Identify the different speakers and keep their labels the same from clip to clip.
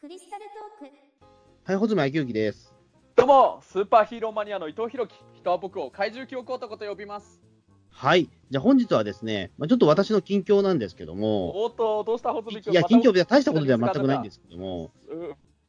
Speaker 1: クリスタルトーク
Speaker 2: はい、ほずまあきゆきです。
Speaker 3: どうもスーパーヒーローマニアの伊藤博樹人は僕を怪獣記憶男と呼びます
Speaker 2: はい。じゃあ本日はですね、まあ、ちょっと私の近況なんですけども、
Speaker 3: おっとどうしたホズミ君
Speaker 2: いや、
Speaker 3: また
Speaker 2: 近況で大したことでは全くないんですけども、
Speaker 3: う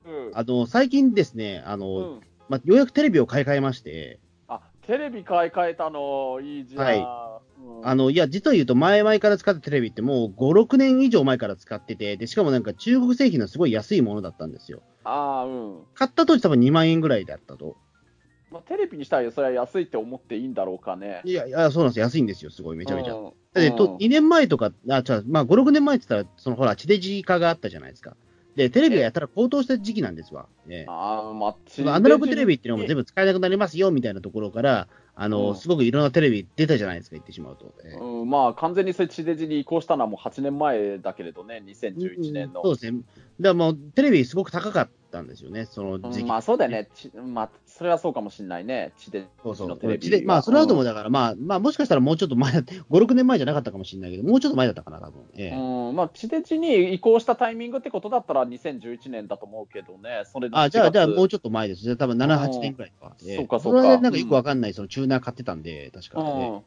Speaker 3: んうん
Speaker 2: あの、最近ですね、あ
Speaker 3: う
Speaker 2: の、
Speaker 3: ん
Speaker 2: まあ、ようやくテレビを買い替えまして、
Speaker 3: あテレビ買い替えたのいいじゃん、うん
Speaker 2: あの、いや、実は言うと前々から使ってたテレビってもう5、6年以上前から使ってて、で、しかもなんか中国製品のすごい安いものだったんですよ。
Speaker 3: あーうん、
Speaker 2: 買った当時多分2万円ぐらいだったと。
Speaker 3: まあ、テレビにしたらそれは安いって思っていいんだろうかね
Speaker 2: いや、いや、そうなんですよ。安いんですよ。すごい、めちゃめちゃ。
Speaker 3: うん
Speaker 2: で、
Speaker 3: うん
Speaker 2: と2年前とか、あ、違う、まあ、5、6年前って言ったら、そのほら、地デジ化があったじゃないですか。で、テレビがやったら高騰した時期なんですわ。ええ
Speaker 3: あーまあ
Speaker 2: そのアナログテレビっていうのも全
Speaker 3: 部、
Speaker 2: 部使えなくなりますよ、みたいなところから、あの、
Speaker 3: うん
Speaker 2: すごくいろんなテレビ出たじゃないですか、言ってしまうと。ええ
Speaker 3: うん、まあ完全にそれ地デジに移行したのはもう8年前だけれどね2011年の、
Speaker 2: そうですね。だからもう、テレビすごく高かったんですよね、その
Speaker 3: うん
Speaker 2: 時期。
Speaker 3: まあそうだよね、ちまあ、それはそうかもしれないね、地デ
Speaker 2: そうそ
Speaker 3: ジの
Speaker 2: う
Speaker 3: テレビ
Speaker 2: 地デまあ、それはとも
Speaker 3: う
Speaker 2: だから、まあ、まあ、もしかしたらもうちょっと前だって、5、6年前じゃなかったかもしれないけど、もうちょっと前だったかな、多分。ええ
Speaker 3: んうんまあ、地デジに移行したタイミングってことだったら、2011年だと思うけどね、それ
Speaker 2: あ、じゃあ、じゃあ、もう
Speaker 3: う
Speaker 2: ちょっと前です。じゃあ、多分7、
Speaker 3: うん
Speaker 2: 8年くらいか。ええ
Speaker 3: そうかそう
Speaker 2: れ
Speaker 3: か
Speaker 2: はなんかよくわかんない、そのチューナー買ってたんで、確かね。
Speaker 3: んうん、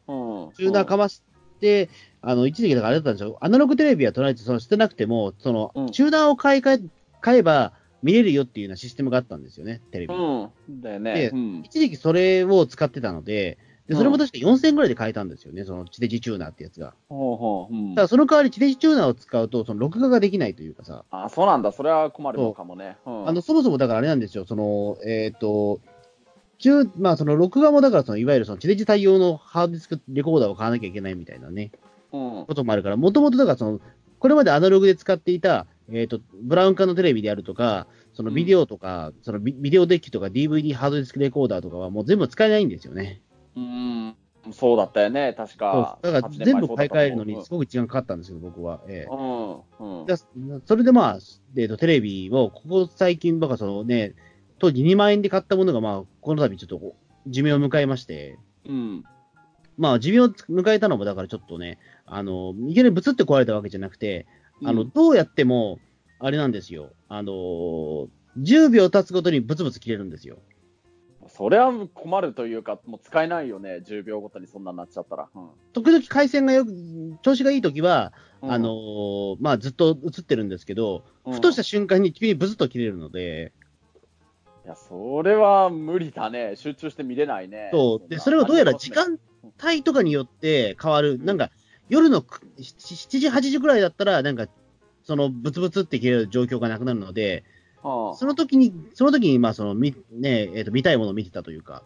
Speaker 2: チューナーかまして、あの、一時期だからあれだったんですよ。アナログテレビはとりあえず、その、してなくても、その
Speaker 3: う、ん
Speaker 2: チューナーを買い替え、買えば見れるよっていうようなシステムがあったんですよね、テレビ。
Speaker 3: うん、だよ
Speaker 2: で
Speaker 3: ね、うん、
Speaker 2: 一時期それを使ってたので、で、それも確か4000円ぐらいで買えたんですよね、その地デジチューナーってやつが。
Speaker 3: ほうほう、うん
Speaker 2: ただ、その代わり地デジチューナーを使うと、その、録画ができないというかさ、
Speaker 3: あそうなんだ、それは困るのかもね、うん、
Speaker 2: あのそもそもだからあれなんですよ、そのえっ、と、中まあ、その録画もだからその、いわゆるその地デジ対応のハードディスクレコーダーを買わなきゃいけないみたいなね、
Speaker 3: うん、
Speaker 2: こともあるから、もともとだからその、これまでアナログで使っていた、えっとブラウン管のテレビであるとか、そのビデオとか、そのビビデオデッキとか DVD ハードディスクレコーダーとかはもう全部使えないんですよね。
Speaker 3: うん、そうだったよね、確か、
Speaker 2: そうだから全部
Speaker 3: 8
Speaker 2: 買い替え
Speaker 3: 年前そうだったと思う
Speaker 2: るのにすごく時間かかったんですけど、僕は。ええ
Speaker 3: うん、うん、
Speaker 2: だそれでまあ、えー、とテレビを、ここ最近、ばかそのね、当時2万円で買ったものが、まあ、この度ちょっとこう寿命を迎えまして、
Speaker 3: うん、
Speaker 2: まあ、寿命を迎えたのも、だからちょっとね、あの、いきなりブツって壊れたわけじゃなくて、あの、
Speaker 3: うん
Speaker 2: どうやっても、あれなんですよ、あのー、10秒経つごとにブツブツ切れるんですよ。
Speaker 3: それは困るというか、もう使えないよね、10秒ごとにそんなになっちゃったら。うん
Speaker 2: 時々回線がよく、調子がいい時は、
Speaker 3: うん
Speaker 2: あのーまあ、ずっと映ってるんですけど、
Speaker 3: うん
Speaker 2: ふとした瞬間に急にブツッと切れるので、
Speaker 3: いや、それは無理だね。集中して見れないね。
Speaker 2: そう。で、それはどうやら時間帯とかによって変わる。なんか、夜のく7時、8時ぐらいだったら、なんか、その、ブツブツって切れる状況がなくなるので、
Speaker 3: ああ
Speaker 2: その時に、その時に、まあ、その、み、ね、えっ、と、見たいものを見てたというか、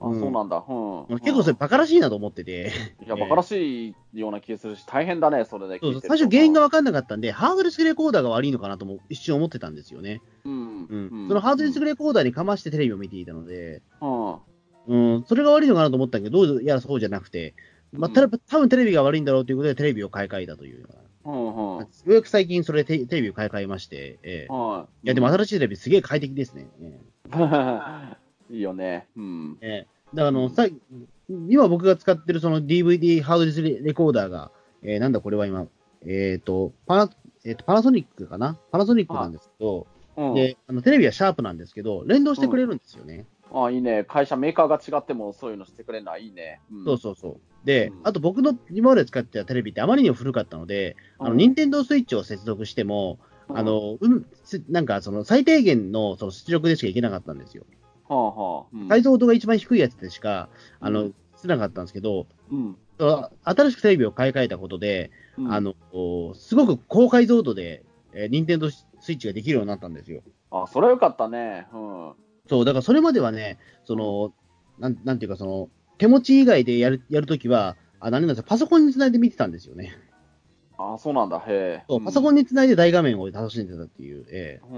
Speaker 3: あそうなんだ。うん。
Speaker 2: 結構それ、バカらしいなと思って て、
Speaker 3: うんいや、馬鹿らしいような気がするし、大変だね、それで。
Speaker 2: そう
Speaker 3: 聞いてると
Speaker 2: 最初原因が分かんなかったんで、ハードディスクレコーダーが悪いのかなとも一瞬思ってたんですよね。
Speaker 3: うん。
Speaker 2: うん。
Speaker 3: うん
Speaker 2: そのハードディスクレコーダーにかましてテレビを見ていたので、
Speaker 3: うん。
Speaker 2: うん、それが悪いのかなと思ったけど、どうやらそうじゃなくて、まあ、た
Speaker 3: う
Speaker 2: 多分テレビが悪いんだろうということで、テレビを買い替えたというような
Speaker 3: うん。うん。
Speaker 2: ようやく最近、それテ、テレビを買い替えまして、ええ
Speaker 3: はい。
Speaker 2: いや、でも、新しいテレビ、すげえ快適ですね。え
Speaker 3: いいよね。うん。
Speaker 2: えええだからあの、さい今、僕が使ってるその DVD ハードディスクレコーダーが、ええなんだ、これは今、えっ、とパナ、えーと、パナソニックかなパナソニックなんですけど、
Speaker 3: うん、
Speaker 2: であのテレビはシャープなんですけど、連動してくれるんですよね。
Speaker 3: ああ、いいね。会社、メーカーが違ってもそういうのしてくれるのはいいね。うん、
Speaker 2: そうそうそう。で、
Speaker 3: うん
Speaker 2: あと僕の今まで使ってたテレビってあまりにも古かったので、あの、
Speaker 3: うん
Speaker 2: 任天堂スイッチを接続しても、あ、の、うん、すなんかその最低限のその出力でしかいけなかったんですよ。
Speaker 3: はあはあ。うん
Speaker 2: 解像度が一番低いやつでしか、あ
Speaker 3: う
Speaker 2: の
Speaker 3: ん、
Speaker 2: つなかったんですけど、
Speaker 3: うん。
Speaker 2: 新しくテレビを買い替えたことで、
Speaker 3: うん
Speaker 2: あ、の、こうすごく高解像度で、えー、任天堂スイッチができるようになったんですよ。
Speaker 3: あ、それはよかったね。うん。
Speaker 2: そう、だからそれまではね、その、なんなんていうか、その、手持ち以外でやるやるときは、あ、何なんですか、パソコンにつないで見てたんですよね。
Speaker 3: あ、そうなんだ。へえ。
Speaker 2: そうパソコンにつないで大画面を楽しんでたっていう、ええ
Speaker 3: う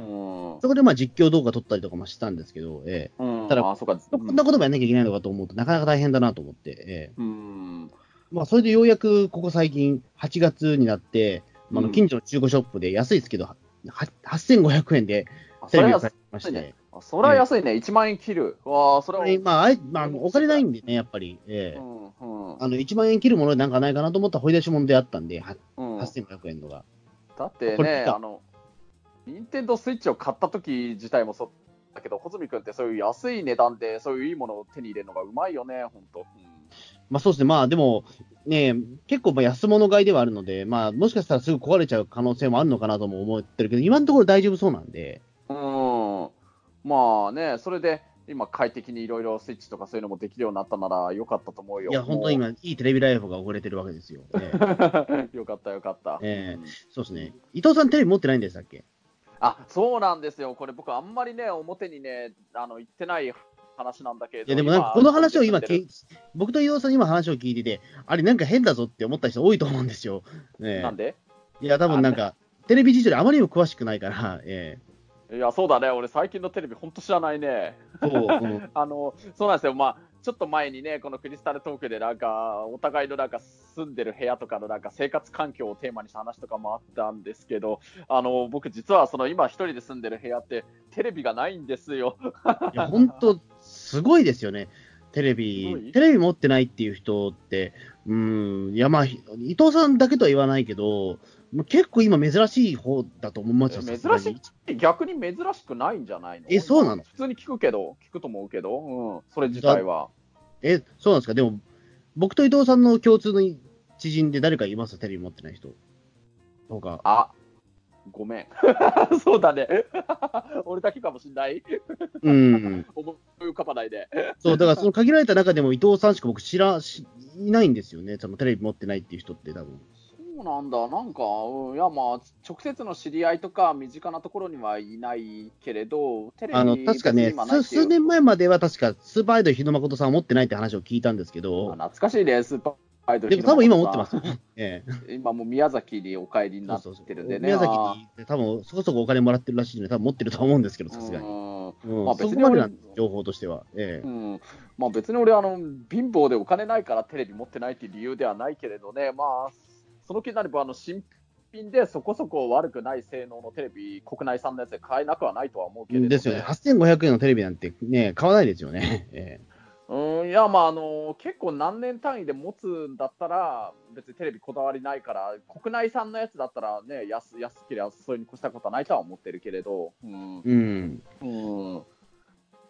Speaker 3: ん。
Speaker 2: そこでまあ実況動画撮ったりとかもしたんですけど、ええ
Speaker 3: うん、
Speaker 2: ただ
Speaker 3: あそうか、
Speaker 2: こんなこともやんなきゃいけないのかと思うと、なかなか大変だなと思って、ええ
Speaker 3: うん、
Speaker 2: まあ、それでようやくここ最近、8月になって、まああ
Speaker 3: う
Speaker 2: の
Speaker 3: ん
Speaker 2: 近所の中古ショップで安いですけど、は8500円で
Speaker 3: あそ
Speaker 2: テレ
Speaker 3: れ
Speaker 2: ビを
Speaker 3: は
Speaker 2: 買いまし
Speaker 3: 安い
Speaker 2: て
Speaker 3: ね、あそれは安いね、1万円切る、わあ、それ
Speaker 2: こ
Speaker 3: は、
Speaker 2: れまああえまあ、
Speaker 3: うん
Speaker 2: お金ないんでね、やっぱり、ええ
Speaker 3: うんうん
Speaker 2: あの1万円切るものなんかないかなと思ったら掘り出し物であったんで、は
Speaker 3: うん、
Speaker 2: 8500円のが。
Speaker 3: だって
Speaker 2: これ
Speaker 3: ね、
Speaker 2: 見た
Speaker 3: あの任天堂スイッチを買った時自体もそうだけど、穂積君ってそういう安い値段で、そういういいものを手に入れるのがうまいよね、本当。
Speaker 2: まあそうですね、まあでも、ね、結構まあ安物買いではあるので、まあもしかしたらすぐ壊れちゃう可能性もあるのかなとも思ってるけど、今のところ大丈夫そうなんで、
Speaker 3: うん、うんまあね、それで今、快適にいろいろスイッチとかそういうのもできるようになったなら、よかったと思うよ。
Speaker 2: いや、本当に今、いいテレビライフが遅れてるわけですよ。ええ
Speaker 3: もう よかった、よかった。
Speaker 2: ええ
Speaker 3: うん
Speaker 2: そうですね。伊藤さん、テレビ持ってないんでしたっけ
Speaker 3: あそうなんですよ、これ、僕、あんまりね、表にね、あの言ってない話なんだけれど、
Speaker 2: いや、でもなんかこの話を今、
Speaker 3: け
Speaker 2: け僕と伊藤さん、今話を聞いてて、あれ、なんか変だぞって思った人多いと思うんですよ。え
Speaker 3: なんで
Speaker 2: えいや、多分なんか、テレビ事情であまりにも詳しくないから、え
Speaker 3: いや、そうだね、俺、最近のテレビ、本当知らないね。
Speaker 2: えそう、うん
Speaker 3: あのそうなんですよ、まあ、ちょっと前にね、このクリスタルトークで、なんか、お互いのなんか住んでる部屋とかのなんか生活環境をテーマにした話とかもあったんですけど、あの僕、実はその今、一人で住んでる部屋って、テレビがないんですよ。
Speaker 2: いや、本当、すごいですよね、テレ
Speaker 3: すご
Speaker 2: ビ
Speaker 3: い、
Speaker 2: テレビ持ってないっていう人って、うーん、いや、まあ、ひ伊藤さんだけとは言わないけど、もう結構今、珍しい方だと思いますよ、
Speaker 3: 珍
Speaker 2: さす
Speaker 3: し
Speaker 2: が
Speaker 3: い
Speaker 2: に
Speaker 3: 逆に珍しくないんじゃないの
Speaker 2: えそうなの
Speaker 3: 普通に聞くけど、聞くと思うけど、うん、それ自体は。
Speaker 2: え、そうなんですか、でも、僕と伊藤さんの共通の知人で誰かいます、テレビ持ってない人。そうか、
Speaker 3: あ ごめん。そうだね。俺だけかもしんない。
Speaker 2: うん、
Speaker 3: 思い浮かばないで。
Speaker 2: そう、だからその限られた中でも伊藤さんしか僕知ら、しいないんですよね、そのテレビ持ってないっていう人って、多分
Speaker 3: そうなんだ、なんか、うんいや、まあ、直接の知り合いとか、身近なところにはいないけれど、テレビ
Speaker 2: あの確かね
Speaker 3: 今、ない
Speaker 2: 数
Speaker 3: っていう
Speaker 2: 数年前までは確か、スーパーアイドル日野誠さんは持ってないって話を聞いたんですけ
Speaker 3: あ
Speaker 2: ど、
Speaker 3: 懐かしいね、スーパーアイドル。
Speaker 2: でも多分今持ってますよ。ええ
Speaker 3: 今もう宮崎にお帰りになっ
Speaker 2: そうそう
Speaker 3: てるん
Speaker 2: そう
Speaker 3: でね。
Speaker 2: 宮崎に行って多分そこそこお金もらってるらしいので、多分持ってると思うんですけど、
Speaker 3: あー
Speaker 2: さすがに。
Speaker 3: うん
Speaker 2: うん
Speaker 3: まあ
Speaker 2: そ
Speaker 3: 別
Speaker 2: こ
Speaker 3: に
Speaker 2: まで
Speaker 3: 俺
Speaker 2: なんです情報としては。ええ
Speaker 3: うんまあ、別に俺あの、貧乏でお金ないからテレビ持ってないっていう理由ではないけれどね、まあ、その気になればあの新品でそこそこ悪くない性能のテレビ、国内産のやつで買えなくはないとは思うけれど、
Speaker 2: ですよね、8500円のテレビなんてね、買わないですよね。え
Speaker 3: うんいや、まああの、結構何年単位で持つんだったら、別にテレビこだわりないから、国内産のやつだったらね、安安ければそういうに越したことはないとは思ってるけれど。うん
Speaker 2: えうん。
Speaker 3: うん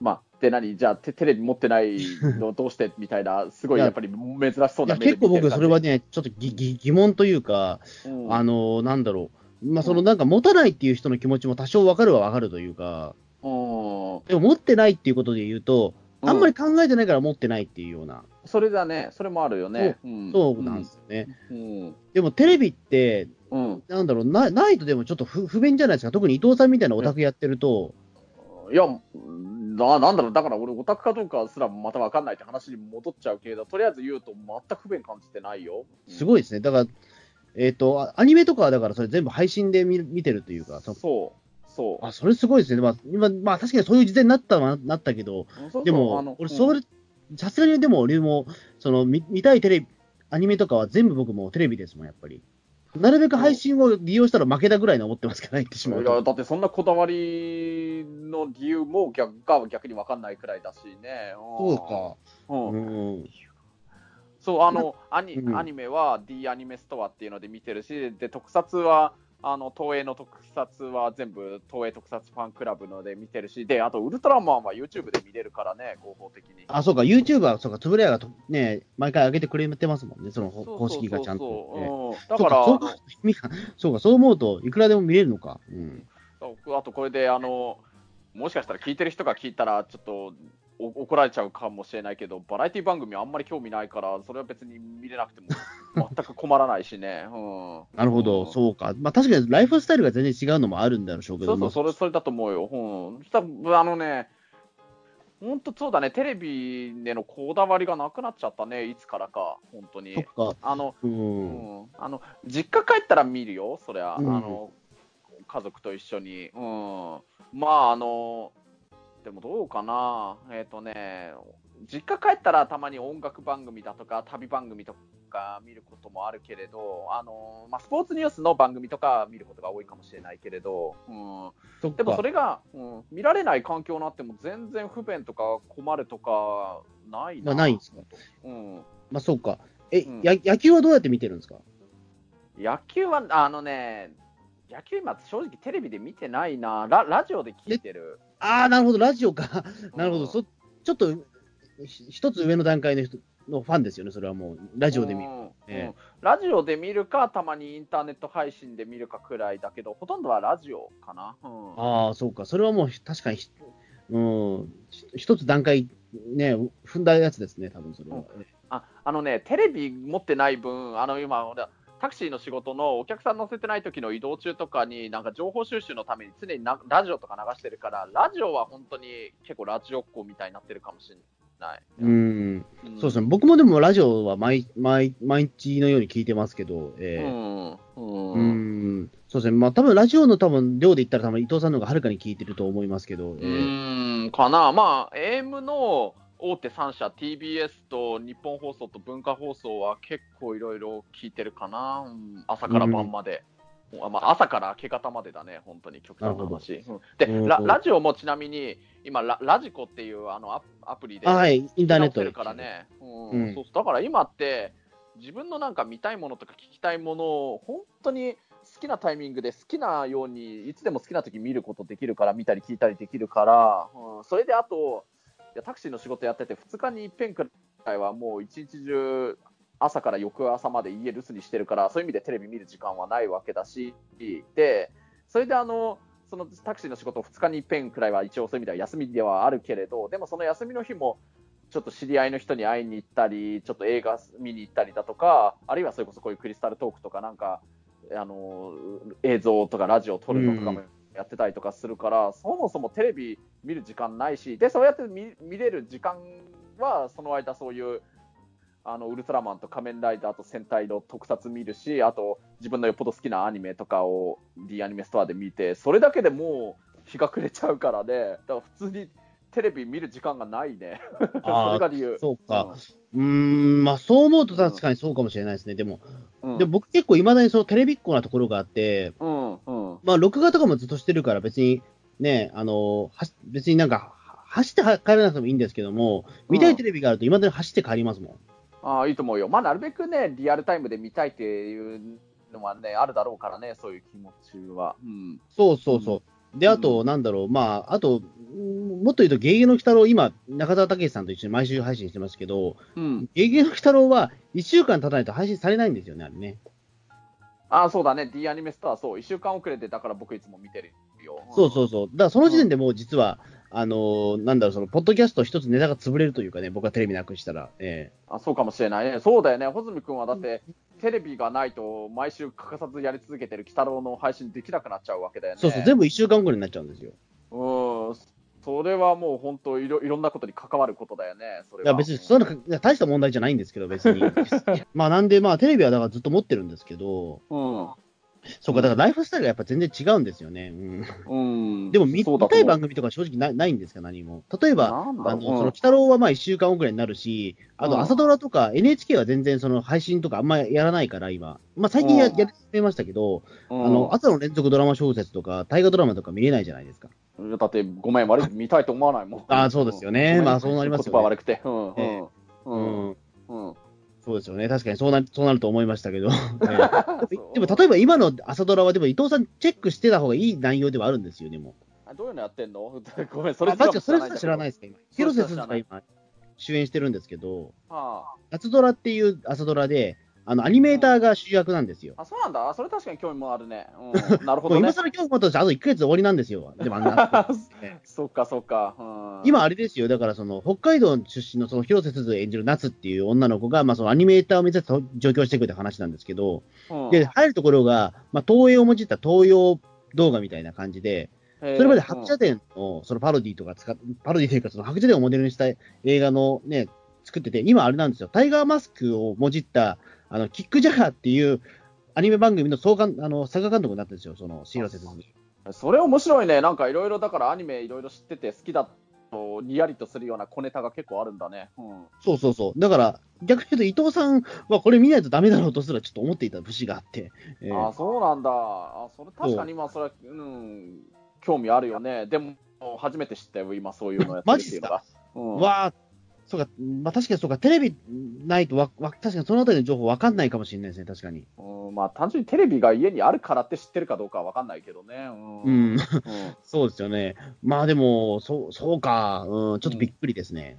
Speaker 3: まあ、で何じゃあテ、テレビ持ってないのどうしてみたいな、すご
Speaker 2: い
Speaker 3: い
Speaker 2: や
Speaker 3: やっぱり珍しそう
Speaker 2: い
Speaker 3: な
Speaker 2: や
Speaker 3: 目で
Speaker 2: 結
Speaker 3: 見て
Speaker 2: 構
Speaker 3: る
Speaker 2: 僕、
Speaker 3: 感
Speaker 2: そ
Speaker 3: じ
Speaker 2: れはね、ちょっとぎぎ疑問というか、
Speaker 3: うん
Speaker 2: あのなんだろう、まあ、そのなんか持たないっていう人の気持ちも多少わかるはわかるというか、
Speaker 3: うん
Speaker 2: でも持ってないっていうことで言うと、あんま
Speaker 3: り
Speaker 2: り考えてないから持ってないっていうような、
Speaker 3: それだね、それもあるよね。ん
Speaker 2: そうなんですよね。
Speaker 3: うん
Speaker 2: でもテレビって、
Speaker 3: うん
Speaker 2: なんだろうな、ないとでもちょっと不不便じゃないですか、特に伊藤さんみたいなオタクやってると、
Speaker 3: いやな、なんだろう、だから俺、オタクかどうかすらまた分かんないって話に戻っちゃうけれど、とりあえず言うと、全く不便感じてないよ。
Speaker 2: す
Speaker 3: い
Speaker 2: ごいですね、だから、えっとあアニメとかはだからそれ全部配信で見見てるというか、その
Speaker 3: そう、そう。
Speaker 2: あそれすごいですね、まあ今まあ、確かにそういう時代になったはなったけど、
Speaker 3: そうそう
Speaker 2: で
Speaker 3: あの
Speaker 2: も、俺、
Speaker 3: う
Speaker 2: そ
Speaker 3: ん
Speaker 2: れ、さすがにでも、俺もその見見たいテレビ、アニメとかは全部僕もうテレビですもん、やっぱり。なるべく配信を利用したら負けだぐらいの思ってますから、言ってしまう
Speaker 3: いや
Speaker 2: と。
Speaker 3: だってそんなこだわりの理由も逆が逆に分かんないくらいだしね。ん
Speaker 2: そう
Speaker 3: うん
Speaker 2: か。うん。
Speaker 3: そうあのアニ、
Speaker 2: うん
Speaker 3: アニメは D アニメストアっていうので見てるし、で特撮はあの東映の特撮は全部東映特撮ファンクラブので見てるし、であとウルトラマンは YouTube で見れるからね、合法的に。
Speaker 2: あ、そうか、YouTube は、そうか、つぶれやがとね、毎回上げてくれてますもんね、その
Speaker 3: そうそうそうそう
Speaker 2: 公式がちゃんと。ええ
Speaker 3: うんだから
Speaker 2: そうか、そうか、そうかそう思うといくらでも見れるのか。うん。
Speaker 3: ああとこれであのもしかしたら聞いてる人が聞いたらちょっとお怒られちゃうかもしれないけどバラエティ番組あんまり興味ないからそれは別に見れなくても 全く困らないしね、うん、
Speaker 2: なるほ
Speaker 3: う
Speaker 2: ど、
Speaker 3: ん
Speaker 2: そうか。まあ確かにライフスタイルが全然違うのもあるんだろうけ
Speaker 3: そ
Speaker 2: ど
Speaker 3: うそ
Speaker 2: も。
Speaker 3: うそれそれだと思うよ、うん、たあのね本当そうだねテレビでのこだわりがなくなっちゃったねいつからか本当に
Speaker 2: そっか。
Speaker 3: あの
Speaker 2: う。
Speaker 3: うんんあの実家帰ったら見るよ、そりゃ、
Speaker 2: うん
Speaker 3: あの家族と一緒に。うん、まあ、あの、でもどうかな、えっ、とね、実家帰ったらたまに音楽番組だとか、旅番組とか見ることもあるけれど、あのまあ、スポーツニュースの番組とか見ることが多いかもしれないけれど、うん、
Speaker 2: そっか
Speaker 3: でもそれが、うん、見られない環境になっても、全然不便とか困るとかない
Speaker 2: ま
Speaker 3: な。
Speaker 2: あないんですか。
Speaker 3: うん
Speaker 2: まあそうか。え、
Speaker 3: うん
Speaker 2: や野球はどうやって見てるんですか
Speaker 3: 野球は、あのね、野球今、正直テレビで見てないな、ララジオで聞いてる。
Speaker 2: ああ、なるほど、ラジオか。なるほ
Speaker 3: う
Speaker 2: ど、
Speaker 3: ん
Speaker 2: そちょっとひ一つ上の段階の人のファンですよね、それはもう、ラジオで見る。
Speaker 3: うん
Speaker 2: ええ
Speaker 3: うんラジオで見るか、たまにインターネット配信で見るかくらいだけど、ほとんどはラジオかな。うん
Speaker 2: ああ、そうか、それはもうひ確かにひ、うん、ひ一つ段階、ね、踏んだやつですね、多分それは。
Speaker 3: ああのね、テレビ持ってない分、あの今、俺タクシーの仕事のお客さん乗せてない時の移動中とかに、なんか情報収集のために常になラジオとか流してるから、ラジオは本当に結構ラジオっ子みたいになってるかもしれない。
Speaker 2: うん、
Speaker 3: うん
Speaker 2: そうですね、僕もでもラジオは毎毎毎日のように聞いてますけど、え
Speaker 3: う
Speaker 2: ー
Speaker 3: んうん
Speaker 2: うん、そうですね、まあ多分ラジオの多分量で言ったら、多分伊藤さんの方がはるかに聞いてると思いますけど、えー
Speaker 3: うーんかな、まあ、AM の大手3社、TBS と日本放送と文化放送は結構いろいろ聞いてるかな、うん朝から晩まで。あまあ、朝から明け方までだね、本当に極端な話。うんで、
Speaker 2: うん
Speaker 3: ラ、ラジオもちなみに、今ラ、ラジコっていうあのアプアプリで、
Speaker 2: あはい、インターネッ
Speaker 3: 聞き直せ
Speaker 2: トで
Speaker 3: るからね、うん
Speaker 2: うん
Speaker 3: そうそうだから今って自分のなんか見たいものとか聞きたいものを本当に好きなタイミングで好きなようにいつでも好きな時見ることできるから見たり聞いたりできるから、うんそれであといやタクシーの仕事やってて2日に一遍くらいはもう一日中朝から翌朝まで家留守にしてるからそういう意味でテレビ見る時間はないわけだしでそれであのそのタクシーの仕事2日に一遍くらいは一応そういう意味では休みではあるけれどでもその休みの日もちょっと知り合いの人に会いに行ったり、ちょっと映画見に行ったりだとか、あるいはそれこそこういうクリスタルトークとか、なんか、あの映像とかラジオを撮るのとかもやってたりとかするから、そもそもテレビ見る時間ないし、で、そうやって見見れる時間は、その間、そういう。あのウルトラマンと仮面ライダーと戦隊の特撮見るし、あと自分のよっぽど好きなアニメとかを D アニメストアで見て、それだけでもう日が暮れちゃうからね、だから普通にテレビ見る時間がないね。
Speaker 2: あ
Speaker 3: それ
Speaker 2: ー
Speaker 3: が理由。
Speaker 2: そうか、うーん、まあそう思うと確かにそうかもしれないですね、でも、
Speaker 3: うん。
Speaker 2: でも僕結構いまだにそのテレビっ子なところがあって、
Speaker 3: うん、うん、
Speaker 2: まあ、録画とかもずっとしてるから、別にね、あのはし別になんか、は走っては帰らなくてもいいんですけども、見たいテレビがあると、いまだに走って帰りますもん。
Speaker 3: ああ、いいと思うよ。まあ、なるべくね、リアルタイムで見たいっていうのはね、あるだろうからね、そういう気持ちは。うん。
Speaker 2: そうそうそう。で、あと、なんだろう、まあ、あと、うんもっと言うと、ゲゲゲの鬼太郎、今、中澤武さんと一緒に毎週配信してますけど、
Speaker 3: うん。
Speaker 2: ゲゲゲの鬼太郎は1週間経たないと配信されないんですよね、あれね。
Speaker 3: ああ、そうだね、D アニメストア、そう、1週間遅れて、だから僕いつも見てるよ。
Speaker 2: そう
Speaker 3: う
Speaker 2: そうそう。だから、その時点でもう実は、あのなんだろう、その、ポッドキャスト一つネタが潰れるというかね、僕はテレビなくしたら。え
Speaker 3: ん。あそうかもしれないね。そうだよね、穂積君はだって、テレビがないと、毎週欠かさずやり続けてる、鬼太郎の配信できなくなっちゃうわけだよ
Speaker 2: え
Speaker 3: ね。
Speaker 2: そうそう、全部1週間後になっちゃうんですよ。
Speaker 3: うん。それはもう本当いろ、いろんなことに関わることだよね、それ
Speaker 2: いや
Speaker 3: は。
Speaker 2: 別にそういうの大した問題じゃないんですけど、別 に。まあなんで、まあテレビはだからずっと持ってるんですけど、
Speaker 3: うん。
Speaker 2: そうか、だからライフスタイルがやっぱ全然違うんですよね。う
Speaker 3: うん
Speaker 2: ん、でも見
Speaker 3: そうだ
Speaker 2: 見
Speaker 3: と
Speaker 2: た
Speaker 3: 思
Speaker 2: い
Speaker 3: う
Speaker 2: 番組とか正直ないないんですか、何も。例えば、
Speaker 3: なんだ
Speaker 2: あの
Speaker 3: ろう
Speaker 2: その
Speaker 3: うん
Speaker 2: 鬼太郎はまあ1週間遅れになるし、あ
Speaker 3: うん
Speaker 2: と朝ドラとか NHK は全然その配信とかあんまやらないから、今。まあ最近や
Speaker 3: うん
Speaker 2: やり始めましたけど、
Speaker 3: うん
Speaker 2: あの朝の連続ドラマ小説とか、大河ドラマとか見れないじゃないですか。
Speaker 3: いやだって、ごめん、悪い、見たいと思わないもん。
Speaker 2: あーそうですよね
Speaker 3: ん
Speaker 2: まあそうなりますよね
Speaker 3: 言葉悪くて。うん、う
Speaker 2: え
Speaker 3: ん、う
Speaker 2: うん
Speaker 3: ん、うん。
Speaker 2: そうですよね、確かにそうなそうなると思いました けど、ええ
Speaker 3: そう
Speaker 2: でも例えば今の朝ドラは、でも伊藤さん、チェックしてた方がいい内容ではあるんですよね、も
Speaker 3: あどういうのやってんの ごめん、
Speaker 2: う。
Speaker 3: それ。
Speaker 2: あマジかそれすら知らないいですか、今。広瀬すず
Speaker 3: そ
Speaker 2: が
Speaker 3: れす
Speaker 2: 今、主演してるんですけど、
Speaker 3: は
Speaker 2: 夏ドラっていう朝ドラで、あのアニメーターが主役なんですよ。
Speaker 3: あ、あ、そうなんだ。あそれ確かに興味もあるね。 うん、なるほ
Speaker 2: もう
Speaker 3: どね
Speaker 2: 今。更今日もとしてあと1ヶ月で終わりなんですよ、でもあんな
Speaker 3: そっか、そっか。うん、
Speaker 2: 今、あれですよ、だからその北海道出身のその広瀬すず演じる夏っていう女の子が、まあ、そのアニメーターを目指して上京してくるって話なんですけど、
Speaker 3: うん、
Speaker 2: で、入るところが、まあ、東映を用いた東洋動画みたいな感じで、
Speaker 3: そ
Speaker 2: それまで白茶店のそのパロディとか使っ、パロディというか、その白茶店をモデルにした映画のね、作ってて、今あれなんですよ、タイガーマスクをもじった、あの、キックジャガーっていうアニメ番組の総監、あの、作画監督になったんですよ、その、シーラセス。
Speaker 3: それ面白いね。なんかいろいろ、だからアニメいろいろ知ってて好きだと、にやりとするような小ネタが結構あるんだね。うん。
Speaker 2: そうそうそう。だから、逆に言うと伊藤さんはこれ見ないとダメだろうとすらちょっと思っていた節があって。ええ
Speaker 3: ああそうなんだあそれ確かに今それはうん興味あるよねでも初めて知ったよ今そういうのやってるっていうのが、うん、
Speaker 2: わあ、そうか、まあ確かにそうか、テレビないとわ、わ確かにそのあたりの情報わかんないかもしれないですね、確かに。
Speaker 3: うん、まあ単純にテレビが家にあるからって知ってるかどうかは分かんないけどね。うん。
Speaker 2: う
Speaker 3: うん
Speaker 2: ん、 そうですよね。まあでも、そう、そうか、うん、ちょっとびっくりですね。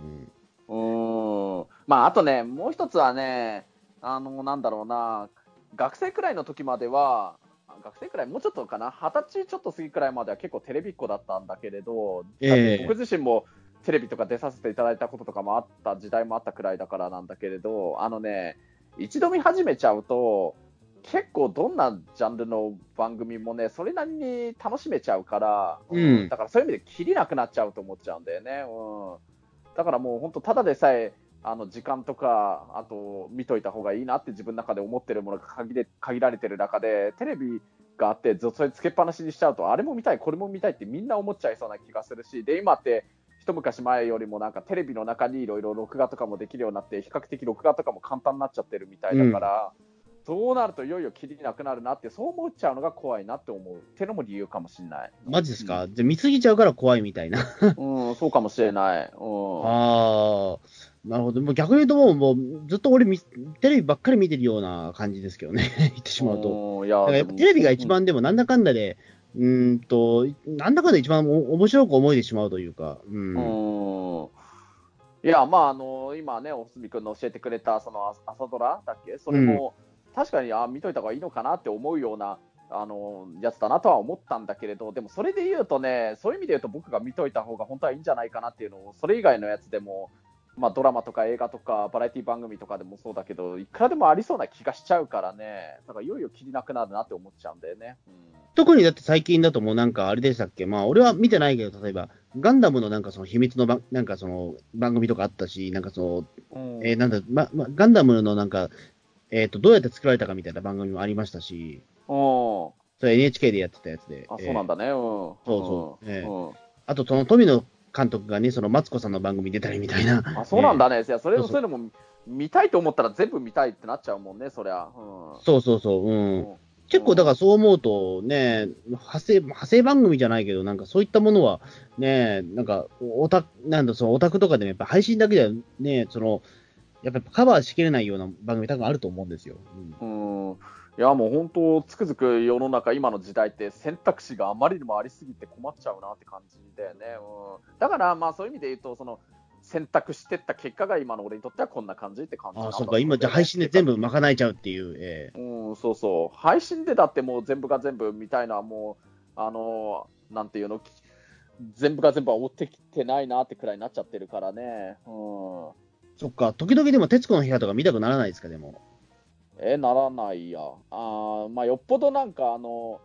Speaker 2: うん。
Speaker 3: うんまああとね、もう一つはね、あのなんだろうな、学生くらいの時までは、あ学生くらい、もうちょっとかな、二十歳ちょっと過ぎくらいまでは結構テレビっ子だったんだけれど、
Speaker 2: ええ
Speaker 3: 僕自身もテレビとか出させていただいたこととかもあった時代もあったくらいだからなんだけれど、あのね、一度見始めちゃうと、結構どんなジャンルの番組もね、それなりに楽しめちゃうから、
Speaker 2: うん
Speaker 3: だからそういう意味で、切りなくなっちゃうと思っちゃうんだよね。うんだからもう本当、ただでさえ、あの時間とか、あと見といた方がいいなって自分の中で思ってるものが限れ限られてる中で、テレビがあって、ずっとそれつけっぱなしにしちゃうと、あれも見たい、これも見たいってみんな思っちゃいそうな気がするし、で、今って、一昔前よりもなんかテレビの中にいろいろ録画とかもできるようになって、比較的録画とかも簡単になっちゃってるみたいだから、そうなるといよいよ切りなくなるなって、そう思っちゃうのが怖いなって思うってのも理由かもしれない。
Speaker 2: マジですか、じゃあ見すぎちゃうから怖いみたいな。あ
Speaker 3: うん、そうかもしれない。うん。
Speaker 2: あー、なるほど。もう逆に言うともう、もうずっと俺み、テレビばっかり見てるような感じですけどね、 言ってしまうと。
Speaker 3: うん。い
Speaker 2: だ
Speaker 3: や
Speaker 2: からやっぱテレビが一、番でもなんだかんだで、うーんと、なんだかんだ一番お面白く思えてしまうというか、う。
Speaker 3: うんん。うんいや、まあ、あの、今ね、おすみくんの教えてくれた、その、あ朝ドラだっけそれも、確かに、あ、見といた方がいいのかなって思うような、あの、やつだなとは思ったんだけれど、でも、それで言うとね、そういう意味で言うと、僕が見といた方が本当はいいんじゃないかなっていうのを、それ以外のやつでも、まあ、ドラマとか映画とかバラエティ番組とかでもそうだけど、いくらでもありそうな気がしちゃうからね、だからいよいよ切りなくなるなって思っちゃうんだよね。うん
Speaker 2: 特にだって最近だともうなんかあれでしたっけ、まあ俺は見てないけど、例えば、ガンダムのなんかその秘密の番、なんかその番組とかあったし、なんかその、えーなんだ、ま、ま、ガンダムのなんか、えっ、と、どうやって作られたかみたいな番組もありましたし、
Speaker 3: うん、
Speaker 2: それ NHK でやってたやつで。
Speaker 3: あそうなん
Speaker 2: だ。
Speaker 3: だね、うん、そう
Speaker 2: そうええ
Speaker 3: ん
Speaker 2: あとその富野監督がね、そのマツコさんの番組に出たりみたいな。
Speaker 3: あそうなん
Speaker 2: だ
Speaker 3: だね、いやそれ
Speaker 2: そう
Speaker 3: そう
Speaker 2: そ
Speaker 3: いうのも見たいと思ったら全部見たいってなっちゃうもんね、そりゃ。う
Speaker 2: そうそうそう、うんん。結構だからそう思うとね、派生、派生番組じゃないけど、なんかそういったものはね、なんかオタ、なんだそのオタクとかでもやっぱ配信だけではね、その、やっぱカバーしきれないような番組多分あると思うんですよ。うん
Speaker 3: うん、いや、もう本当、つくづく世の中、今の時代って選択肢があまりにもありすぎて困っちゃうなって感じだよね。うん、だから、まあそういう意味で言うと、その選択してった結果が今の俺にとってはこんな感じって感じなん
Speaker 2: ああ、
Speaker 3: だろ
Speaker 2: そう
Speaker 3: ね
Speaker 2: か、今じゃあ配信で全部賄えちゃうっていう、ええ
Speaker 3: うん、そうそう、配信でだってもう全部が全部みたいな、もう、あのーなんていうの、き全部が全部は追ってきてないなってくらいになっちゃってるからね、うん、
Speaker 2: そっか、時々でも徹子の部屋とか見たくならないですか、でも。
Speaker 3: え、ならないや、あーまあ、よっぽどなんか、あの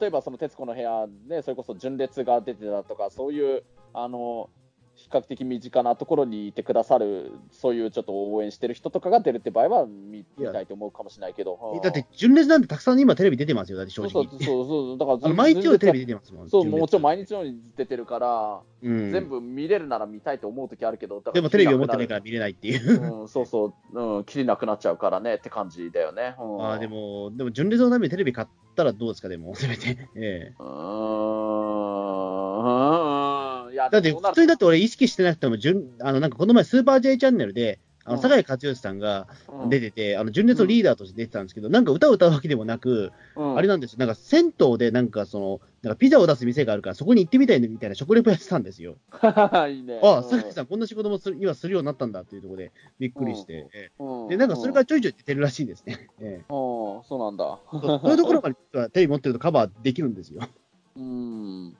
Speaker 3: 例えばその徹子の部屋で、それこそ純烈が出てたとか、そういう、あの比較的身近なところにいてくださる、そういうちょっと応援してる人とかが出るって場合は見見たいと思うかもしれないけど。うん
Speaker 2: だって、純烈なんてたくさん今テレビ出てますよ、だって正
Speaker 3: そう
Speaker 2: 直。
Speaker 3: そうそうそう、だからず
Speaker 2: あの毎日のテレビ出てますもん。
Speaker 3: そう、もちろ
Speaker 2: 純
Speaker 3: ん毎日のように出てるから、
Speaker 2: 烈、うん、
Speaker 3: 全部見れるなら見たいと思うときあるけど、だから
Speaker 2: でもテレビを持ってないから見れないっていう。
Speaker 3: 気になくなる、うん、そうそう、うん、切りなくなっちゃうからねって感じだよね。うん、
Speaker 2: ああ、でも、でも、純烈のためにテレビ買ったらどうですか、でも、せ めて。ええ
Speaker 3: うーん、いや、
Speaker 2: だって、
Speaker 3: そうな
Speaker 2: 普
Speaker 3: る
Speaker 2: 通にだって俺意識してなくても、純あの、なんかこの前、スーパー J チャンネルで、あ
Speaker 3: う
Speaker 2: の、
Speaker 3: ん
Speaker 2: 酒井克義さんが
Speaker 3: うん
Speaker 2: 出てて、あの、純烈のリーダーとして出てたんですけど、なんか歌を歌うわけでもなく、
Speaker 3: うん
Speaker 2: あれなんですよ、なんか銭湯でなんかその、なんかピザを出す店があるから、そこに行ってみたいねみたいな食レポやってたんですよ。
Speaker 3: いいね。
Speaker 2: あ
Speaker 3: う
Speaker 2: あ、酒井さん、こんな仕事もする、今するようになったんだっていうところで、びっくりして。え
Speaker 3: う
Speaker 2: え
Speaker 3: ん、
Speaker 2: で、なんかそれ
Speaker 3: う
Speaker 2: がちょいちょい出てるらしいですね。ええ
Speaker 3: うん、そうなんだ。
Speaker 2: そうそういうところまで実はテレビ持ってるとカバーできるんですよ。
Speaker 3: うん。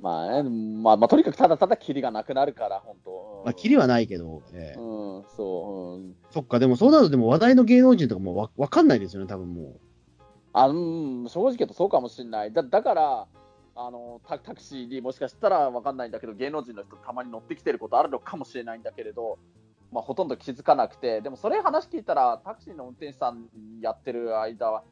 Speaker 3: まあね、まあ、まあ、とにかくただただキリがなくなるから、本当。
Speaker 2: まあ、キリはないけど、ええ
Speaker 3: うん、そう、うん、
Speaker 2: そっか、でもそうなると、でも話題の芸能人とかもわわかんないですよね、多分も。
Speaker 3: あうん、正直言うとそうかもしれない。だだからあのタ、タクシーにもしかしたら分かんないんだけど、芸能人の人、たまに乗ってきてることあるのかもしれないんだけれど、まあ、ほとんど気づかなくて、でもそれ話聞いたら、タクシーの運転手さんやってる間は、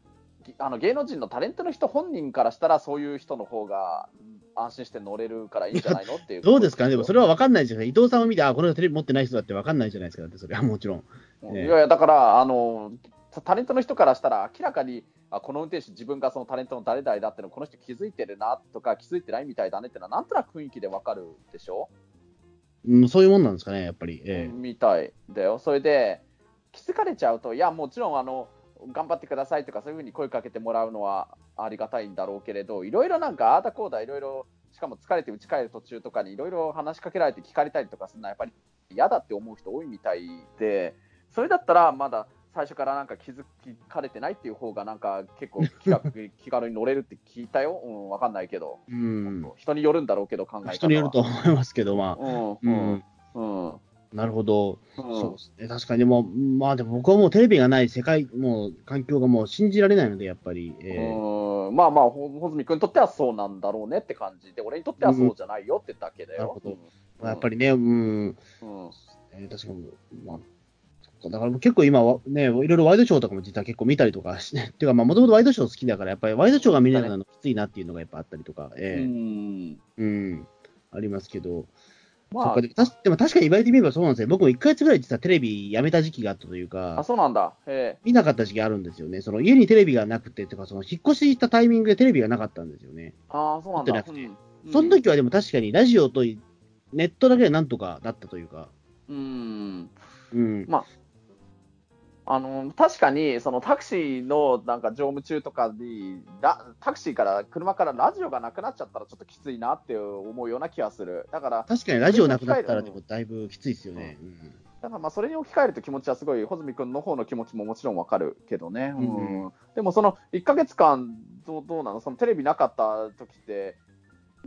Speaker 3: ぎあの芸能人のタレントの人本人からしたら、そういう人の方が安心して乗れるからいいんじゃないのっていうう。
Speaker 2: どうですかね、でもそ
Speaker 3: れ
Speaker 2: れはわかんないじゃない伊藤さんを見て、あ、この人テレビ持ってない人だってわかんないじゃないですか、だってそれはもちろん。
Speaker 3: い
Speaker 2: ね
Speaker 3: やいや、だから、あのタタレントの人からしたら、明らかにあこの運転手、自分がそのタレントの誰々だっての、この人気づいてるなとか、気づいてないみたいだねってのは、なんとなく雰囲気でわかるでしょ
Speaker 2: うん、そういうもんなんですかね、やっぱり。ええ
Speaker 3: みたいだよ、それで気づかれちゃうと、いや、もちろんあの頑張ってくださいとか、そういうふうに声かけてもらうのはありがたいんだろうけれど、いろいろなんか、ああだこうだ、いろいろ、しかも疲れて、家帰る途中とかにいろいろ話しかけられて聞かれたりとかするのは、やっぱり嫌だって思う人多いみたいで、それだったら、まだ最初からなんか気づかれてないっていう方が、なんか結構気が気軽に乗れるって聞いたよ、うん、わかんないけど、
Speaker 2: うん、
Speaker 3: 人によるんだろうけど、考え方は
Speaker 2: 人によると。思いますけど、ま
Speaker 3: う
Speaker 2: あ、
Speaker 3: ん
Speaker 2: う
Speaker 3: うん
Speaker 2: ん、
Speaker 3: うん
Speaker 2: なるほど。
Speaker 3: うん
Speaker 2: そうですね、確かに、でも、まあでも僕はもうテレビがない世界、もう環境がもう信じられないので、やっぱり、えー
Speaker 3: うんまあまあ、ほ穂積君にとってはそうなんだろうねって感じで、俺にとってはそうじゃないよってだけだよ。
Speaker 2: うんまあやっぱりね、うん、
Speaker 3: うん、うん
Speaker 2: えー確かに、まあ、そっかだから結構今は、ね、いろいろワイドショーとかも実は結構見たりとかして、 っていうか、もともとワイドショー好きだから、やっぱりワイドショーが見れなくなるのきついなっていうのがやっぱあったりとか、
Speaker 3: う
Speaker 2: えー
Speaker 3: ん
Speaker 2: うん、ありますけど、そ
Speaker 3: ま
Speaker 2: っかでたしでも確かに言われてみればそうなんですよ、僕も1ヶ月ぐらい実はテレビやめた時期があったという
Speaker 3: あ、あ
Speaker 2: か、
Speaker 3: そうなんだ。へ
Speaker 2: 見なかった時期あるんですよね、その家にテレビがなくてとか、その引っ越ししたタイミングでテレビがなかったんですよね。
Speaker 3: え。ああ、そうなんだ。
Speaker 2: 持ってなくて
Speaker 3: うん
Speaker 2: その、時はでも確かにラジオとネットだけでなんとかだったというか、
Speaker 3: うん、
Speaker 2: うん、
Speaker 3: あの確かにそのタクシーのなんか乗務中とかにラタクシーから車からラジオがなくなっちゃったらちょっときついなって思うような気がするだから
Speaker 2: 確かにラジオなくなったらでもだいぶきついですよね。
Speaker 3: だからまあそれに置き換えると気持ちはすごい、穂積君の方の気持ちももちろんわかるけどね、うんでもその1か月間どう、どうなの、そのテレビなかった時って、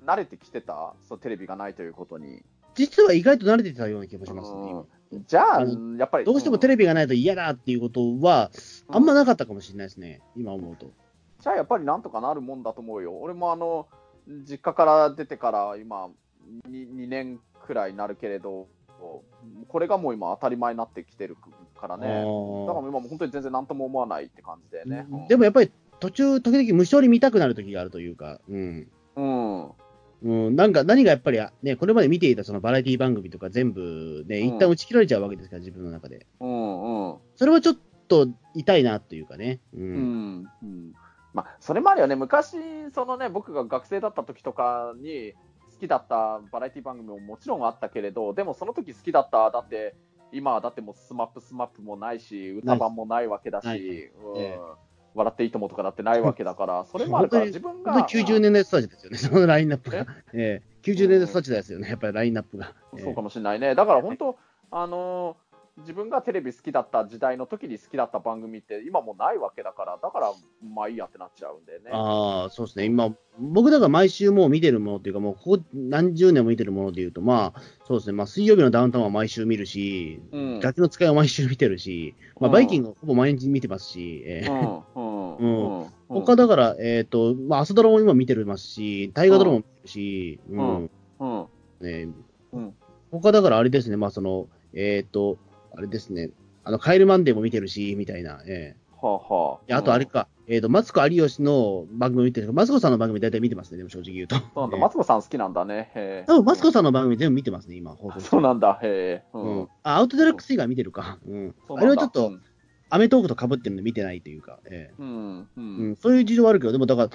Speaker 3: 慣れてきてた、そうテレビがないということに。
Speaker 2: 実は意外と慣れてたような気もしますね、今
Speaker 3: うんじゃあ、
Speaker 2: あ
Speaker 3: やっぱり。
Speaker 2: どうしてもテレ
Speaker 3: ビ、
Speaker 2: ビがないと嫌だっていうことは、あんま
Speaker 3: うん
Speaker 2: なかったかもしれないですね、今思うと。
Speaker 3: じゃあやっぱりなんとかなるもんだと思うよ。俺もあの実家から出てから今 2, 2年くらいになるけれど、これがもう今当たり前になってきてるから
Speaker 2: あ
Speaker 3: ね。だから
Speaker 2: ー
Speaker 3: もう今もう本当に全然何とも思わないって感じだよね。うん
Speaker 2: でもやっぱり途中、時々無性に見たくなる時があるというか、うん。
Speaker 3: うん
Speaker 2: うん、なんか何がやっぱり、ね、これまで見ていたそのバラエティ番組とか全部、ね、一旦打ち切られちゃうわけですから、自分の中で。
Speaker 3: うんうん
Speaker 2: それはちょっと痛いなっていうかね。う
Speaker 3: うんんうんまあそれもあるよね昔そのね僕が学生だった時とかに好きだったバラエティ番組ももちろんあったけれどでもその時好きだっただって今はだってもうスマップスマップもないし歌番もないわけだし、
Speaker 2: ないない
Speaker 3: うん
Speaker 2: ええ
Speaker 3: 笑っていいともとかだってないわけだからそれもあるから自分が
Speaker 2: 本当に90年代育ちですよね、そのラインナップが。ええ90年代育ちですよね、やっぱりラインナップが。
Speaker 3: そうかもしれないね。だから本当、あのー自分がテレビ好きだった時代の時に好きだった番組って今もうないわけだから、だからまあいいやってなっちゃうんだよね。
Speaker 2: ああ、そうですね、今、僕だから毎週もう見てるものっていうか、もうここ何十年も見てるものでいうと、まあ、そうですね、まあ、水曜日のダウンタウンは毎週見るし、
Speaker 3: うん
Speaker 2: ガキの使いは毎週見てるし、まあ、
Speaker 3: うん
Speaker 2: バイキングはほぼ毎日見てますし、ええ
Speaker 3: うんう
Speaker 2: うん
Speaker 3: んうん。
Speaker 2: 他だから、えっ、と、まあ、朝ドラも今見てますし、大河ドラマも見てるし、
Speaker 3: ん
Speaker 2: うん
Speaker 3: うん
Speaker 2: ね、
Speaker 3: うん
Speaker 2: 他だからあれですね、まあその、えっ、と、あれですね、あの、カエルマンデーも見てるし、みたいな、ええ
Speaker 3: はあはあ。
Speaker 2: であとあれか、えっ、と、マツコ有吉の番組見てるんですけどマツコさんの番組大体見てますね、でも正直言う と。
Speaker 3: そうなんだ、
Speaker 2: ええ
Speaker 3: マツコさん好きなんだね。へえ
Speaker 2: 多分マツコさんの番組全部見てますね、今、放送
Speaker 3: そうなんだ、へえ。う
Speaker 2: うんん。あ、アウトデラックス以外見てるか。うん。
Speaker 3: そう
Speaker 2: あ
Speaker 3: な
Speaker 2: れ
Speaker 3: んだ
Speaker 2: はちょっと、、アメトークと被ってるの見てないというか、ええ
Speaker 3: うん、う、
Speaker 2: うんん、そういう事情はあるけど、でもだから、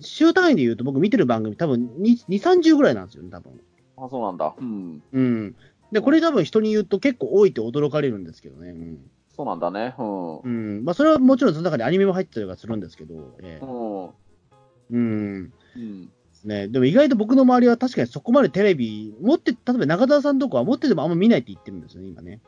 Speaker 2: 週単位で言うと僕見てる番組多分2、2 30ぐらいなんですよね、多分。
Speaker 3: あ、そうなんだ、うん、
Speaker 2: うん。で、これ多分人に言うと結構多いって驚かれるんですけどね。うん。
Speaker 3: そうなんだね、うん、う
Speaker 2: うん、まあ、それはもちろんその中にアニメも入ってたりとかするんですけど、ええ
Speaker 3: ん、
Speaker 2: うん。
Speaker 3: うん、
Speaker 2: ね、でも意外と僕の周りは確かにそこまでテレビ、持って、例えば中澤さんとかは持っててもあんま見ないって言ってるんですよね、今ね。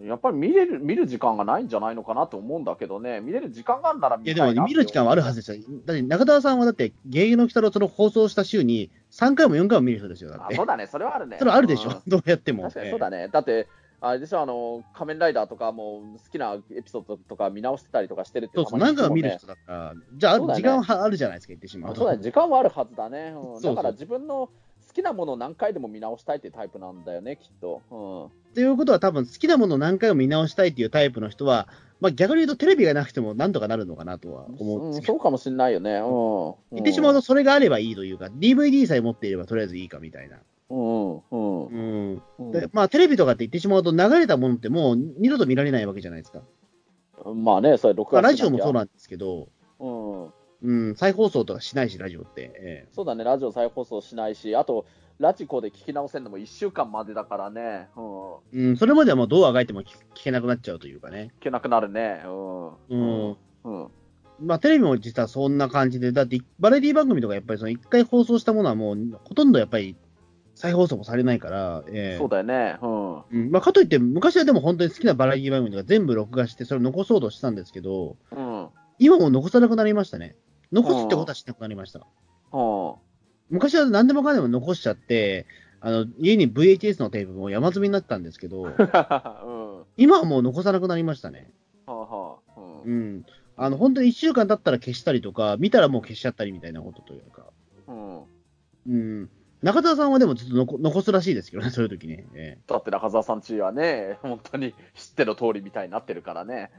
Speaker 3: やっぱり見れる見る時間がないんじゃないのかなと思うんだけどね、見れる時間があるなら見
Speaker 2: いや、
Speaker 3: たい
Speaker 2: で
Speaker 3: な
Speaker 2: も
Speaker 3: って
Speaker 2: 見る時間はあるはずですよ。だって中澤さんはだって、芸能の鬼太郎その放送した週に3回も4回も見る人ですよ、だっ
Speaker 3: あ
Speaker 2: て。
Speaker 3: そうだね、それはあるね。
Speaker 2: それはあるでし
Speaker 3: うん
Speaker 2: ょ、どうやっても。
Speaker 3: 確かにそうだね。だって、あれでしょ、あの、仮面ライダーとかも好きなエピソードとか見直してたりとかしてるって
Speaker 2: そうそう、何回も見る
Speaker 3: 人
Speaker 2: 人だから、じゃあ、
Speaker 3: そうだね
Speaker 2: 時間はあるじゃないですか、言ってしまうと。
Speaker 3: そうだね、時間はあるはずだね。、
Speaker 2: そううんそう
Speaker 3: だから自分の好きなものを何回でも見直したいってタイプなんだよね、きっと。
Speaker 2: っていうことは、多分好きなものを何回も見直したいっていうタイプの人は、まあ、逆に言うとテレビがなくてもなんとかなるのかなとは
Speaker 3: うん。
Speaker 2: 思うんです
Speaker 3: うん
Speaker 2: けど、
Speaker 3: そうかもしれないよね。うん。
Speaker 2: 言ってしまうと、それがあればいいというか、DVD さえ持っていればとりあえずいいかみたいな。
Speaker 3: と。うん。う
Speaker 2: う
Speaker 3: ん。
Speaker 2: ん
Speaker 3: うん
Speaker 2: でまあ、テレビとかって言ってしまうと、流れたものってもう二度と見られないわけじゃないですか。
Speaker 3: まあね、それ録
Speaker 2: まあ、
Speaker 3: 画
Speaker 2: ラジオもそう
Speaker 3: だ。
Speaker 2: なんですけど、
Speaker 3: うん。
Speaker 2: うん、再放送とかしないし、ラジオって。え
Speaker 3: そうだね、ラジオ再放送しないし、あと、ラジコで聞き直せるのも1週間までだからね、うん、聞
Speaker 2: えうん、それまではもうどうあがいても聞聞けなくなっちゃうというかね。
Speaker 3: けなくなるね。うん。
Speaker 2: うん。
Speaker 3: うん。
Speaker 2: まあ、テレビも実はそんな感じで、だってバラエティ番組とかやっぱりその一回放送したものはもうほとんどやっぱり再放送もされないから、ええ
Speaker 3: そうだよね。うん。
Speaker 2: うんまあ、かといって昔はでも本当に好きなバラエティ番組とか全部録画してそれを残そうとしてたんですけど、
Speaker 3: うん。 うん。
Speaker 2: 今もう残さなくなりましたね。残すってことはしなくなりました。昔は何でもかんでも残しちゃって、あの家に VHS のテープも山積みになったんですけ ど、
Speaker 3: うん。は
Speaker 2: 今はもう残さなくなりましたね。
Speaker 3: あはあ。うん
Speaker 2: うん。あの、本当に1週間経ったら消したりとか、見たらもう消しちゃったりみたいなことというか。
Speaker 3: うん、
Speaker 2: うん。中澤さんはでもずっと残残すらしいですけどね、そう いう時ね。ええ
Speaker 3: だって中澤さんちはね、 本当に知っての通りみたいになってるからね。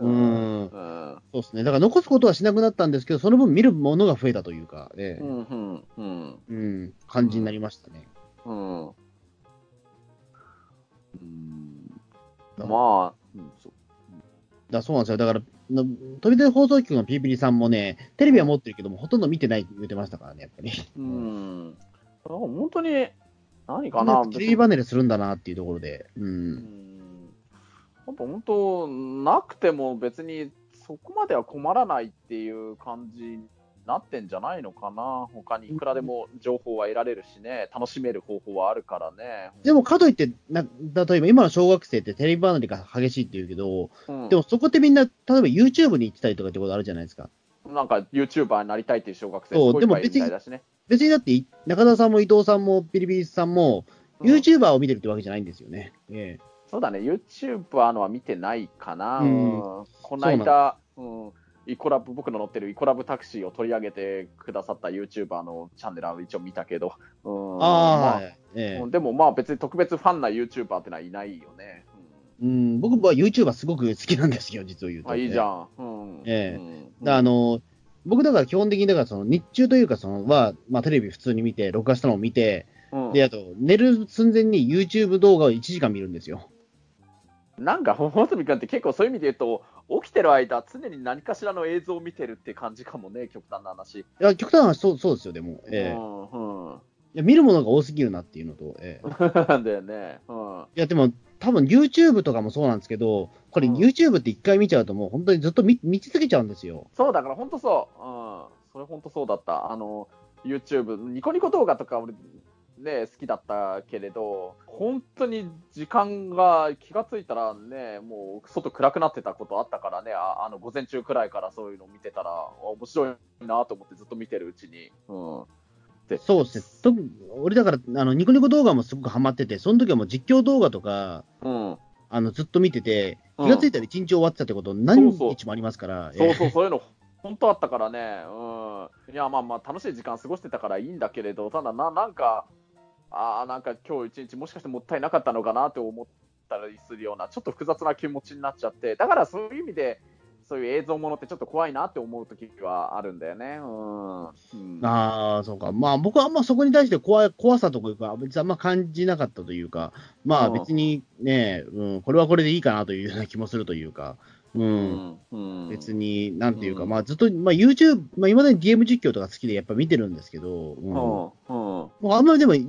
Speaker 2: う
Speaker 3: うん。
Speaker 2: ん。
Speaker 3: うん。
Speaker 2: そうですね。だから残すことはしなくなったんですけど、その分見るものが増えたというか、ええ
Speaker 3: うん。うん。
Speaker 2: うん、感じになりましたね。
Speaker 3: うん。うん。まあ、うんそう
Speaker 2: だそうなんですよ。だから、の飛び出る放送局のピーピリさんもね、テレビは持ってるけども、ほとんど見てないって言ってましたからね、やっぱり。
Speaker 3: うん。だから本当に、何かな、
Speaker 2: テレビ離れするんだなっていうところで。うん
Speaker 3: う。んやっぱ本当、なくても別にそこまでは困らないっていう感じになってんじゃないのかな、他にいくらでも情報は得られるしね、楽しめる方法はあるからね。
Speaker 2: でも、かといってな、例えば今の小学生ってテレビ離れが激しいって言うけど、
Speaker 3: うん
Speaker 2: でもそこってみんな、例えば YouTube に行ってたりとかってことあるじゃないですか。
Speaker 3: なんか YouTuber になりたいっていう小学生、す
Speaker 2: そう
Speaker 3: ごいいっぱい
Speaker 2: でも別
Speaker 3: いる
Speaker 2: に
Speaker 3: みたいだしね。
Speaker 2: 別にだって、中澤さんも伊藤さんもピリピリさんも、
Speaker 3: うん
Speaker 2: YouTuber を見てるってわけじゃないんですよね。ええ
Speaker 3: そうだね、YouTuber のは見てないかな、
Speaker 2: うん
Speaker 3: うんこの間、うん、イコラブ、僕の乗ってるイコラブタクシーを取り上げてくださった YouTuber のチャンネルは一応見たけど、うんま
Speaker 2: ああ、はいええ
Speaker 3: うんでもまあ別に特別ファンな YouTuber ってのはいないよね。
Speaker 2: うん、僕は YouTuber すごく好きなんですよ、実を言う
Speaker 3: う
Speaker 2: と。
Speaker 3: ん、あいいじゃ
Speaker 2: ん。
Speaker 3: ん。うん
Speaker 2: ええ
Speaker 3: うん
Speaker 2: あの僕だから基本的にだからその日中というかそのは、まあ、テレビ普通に見て、録画したのを見て、
Speaker 3: うん
Speaker 2: であと寝る寸前に YouTube 動画を1時間見るんですよ。
Speaker 3: なんか、ほほつみ君って結構そういう意味で言うと、起きてる間、常に何かしらの映像を見てるって感じかもね、極端な話。
Speaker 2: いや極端な話そうそうですよ、でも、ええ
Speaker 3: うん うん、
Speaker 2: いや見るものが多すぎるなっていうのと、ええ
Speaker 3: なんだよね。うん
Speaker 2: いやでも多分 YouTube とかもそうなんですけど、これ
Speaker 3: うん
Speaker 2: YouTube って一回見ちゃうともう本当にずっと見見続けちゃうんですよ。
Speaker 3: そうだから本当そう、うん、それ本当そうだった、あの YouTube、ニコニコ動画とか俺、ね、好きだったけれど、本当に時間が気がついたらね、もう外暗くなってたことあったからね、ああの午前中くらいからそういうの見てたら、あ面白いなと思ってずっと見てるうちに、うん、
Speaker 2: そうですね。特に俺だからあのニコニコ動画もすごくハマってて、その時はもう実況動画とか、
Speaker 3: うん、
Speaker 2: あのずっと見てて、
Speaker 3: う
Speaker 2: 気
Speaker 3: ん
Speaker 2: がついたら一日終わってたってこと、何
Speaker 3: そうそう
Speaker 2: 日もありますから、え
Speaker 3: そう
Speaker 2: え
Speaker 3: そう、そういうの本当あったからね、うん、いや、まあまあ、楽しい時間過ごしてたからいいんだけれど、ただな、なんか、ああ、なんか今日一日、もしかしてもったいなかったのかなって思ったりするような、ちょっと複雑な気持ちになっちゃって、だからそういう意味で、そういう映像ものってちょっと怖いなって思う時はあるんだよね。うん。うん、
Speaker 2: ああ、そうか。まあ僕はあんまそこに対して怖い怖さとかいうか、別にあんま感じなかったというか、まあ
Speaker 3: うん
Speaker 2: 別にね、うん、これはこれでいいかなというような気もするというか、うん
Speaker 3: うん
Speaker 2: 別に、なんていうか、
Speaker 3: うん
Speaker 2: まあずっと、まあ YouTube、まあ今までにゲーム実況とか好きでやっぱ見てるんですけど、うん
Speaker 3: う
Speaker 2: も
Speaker 3: ん。うん。
Speaker 2: うあんまりでも、いい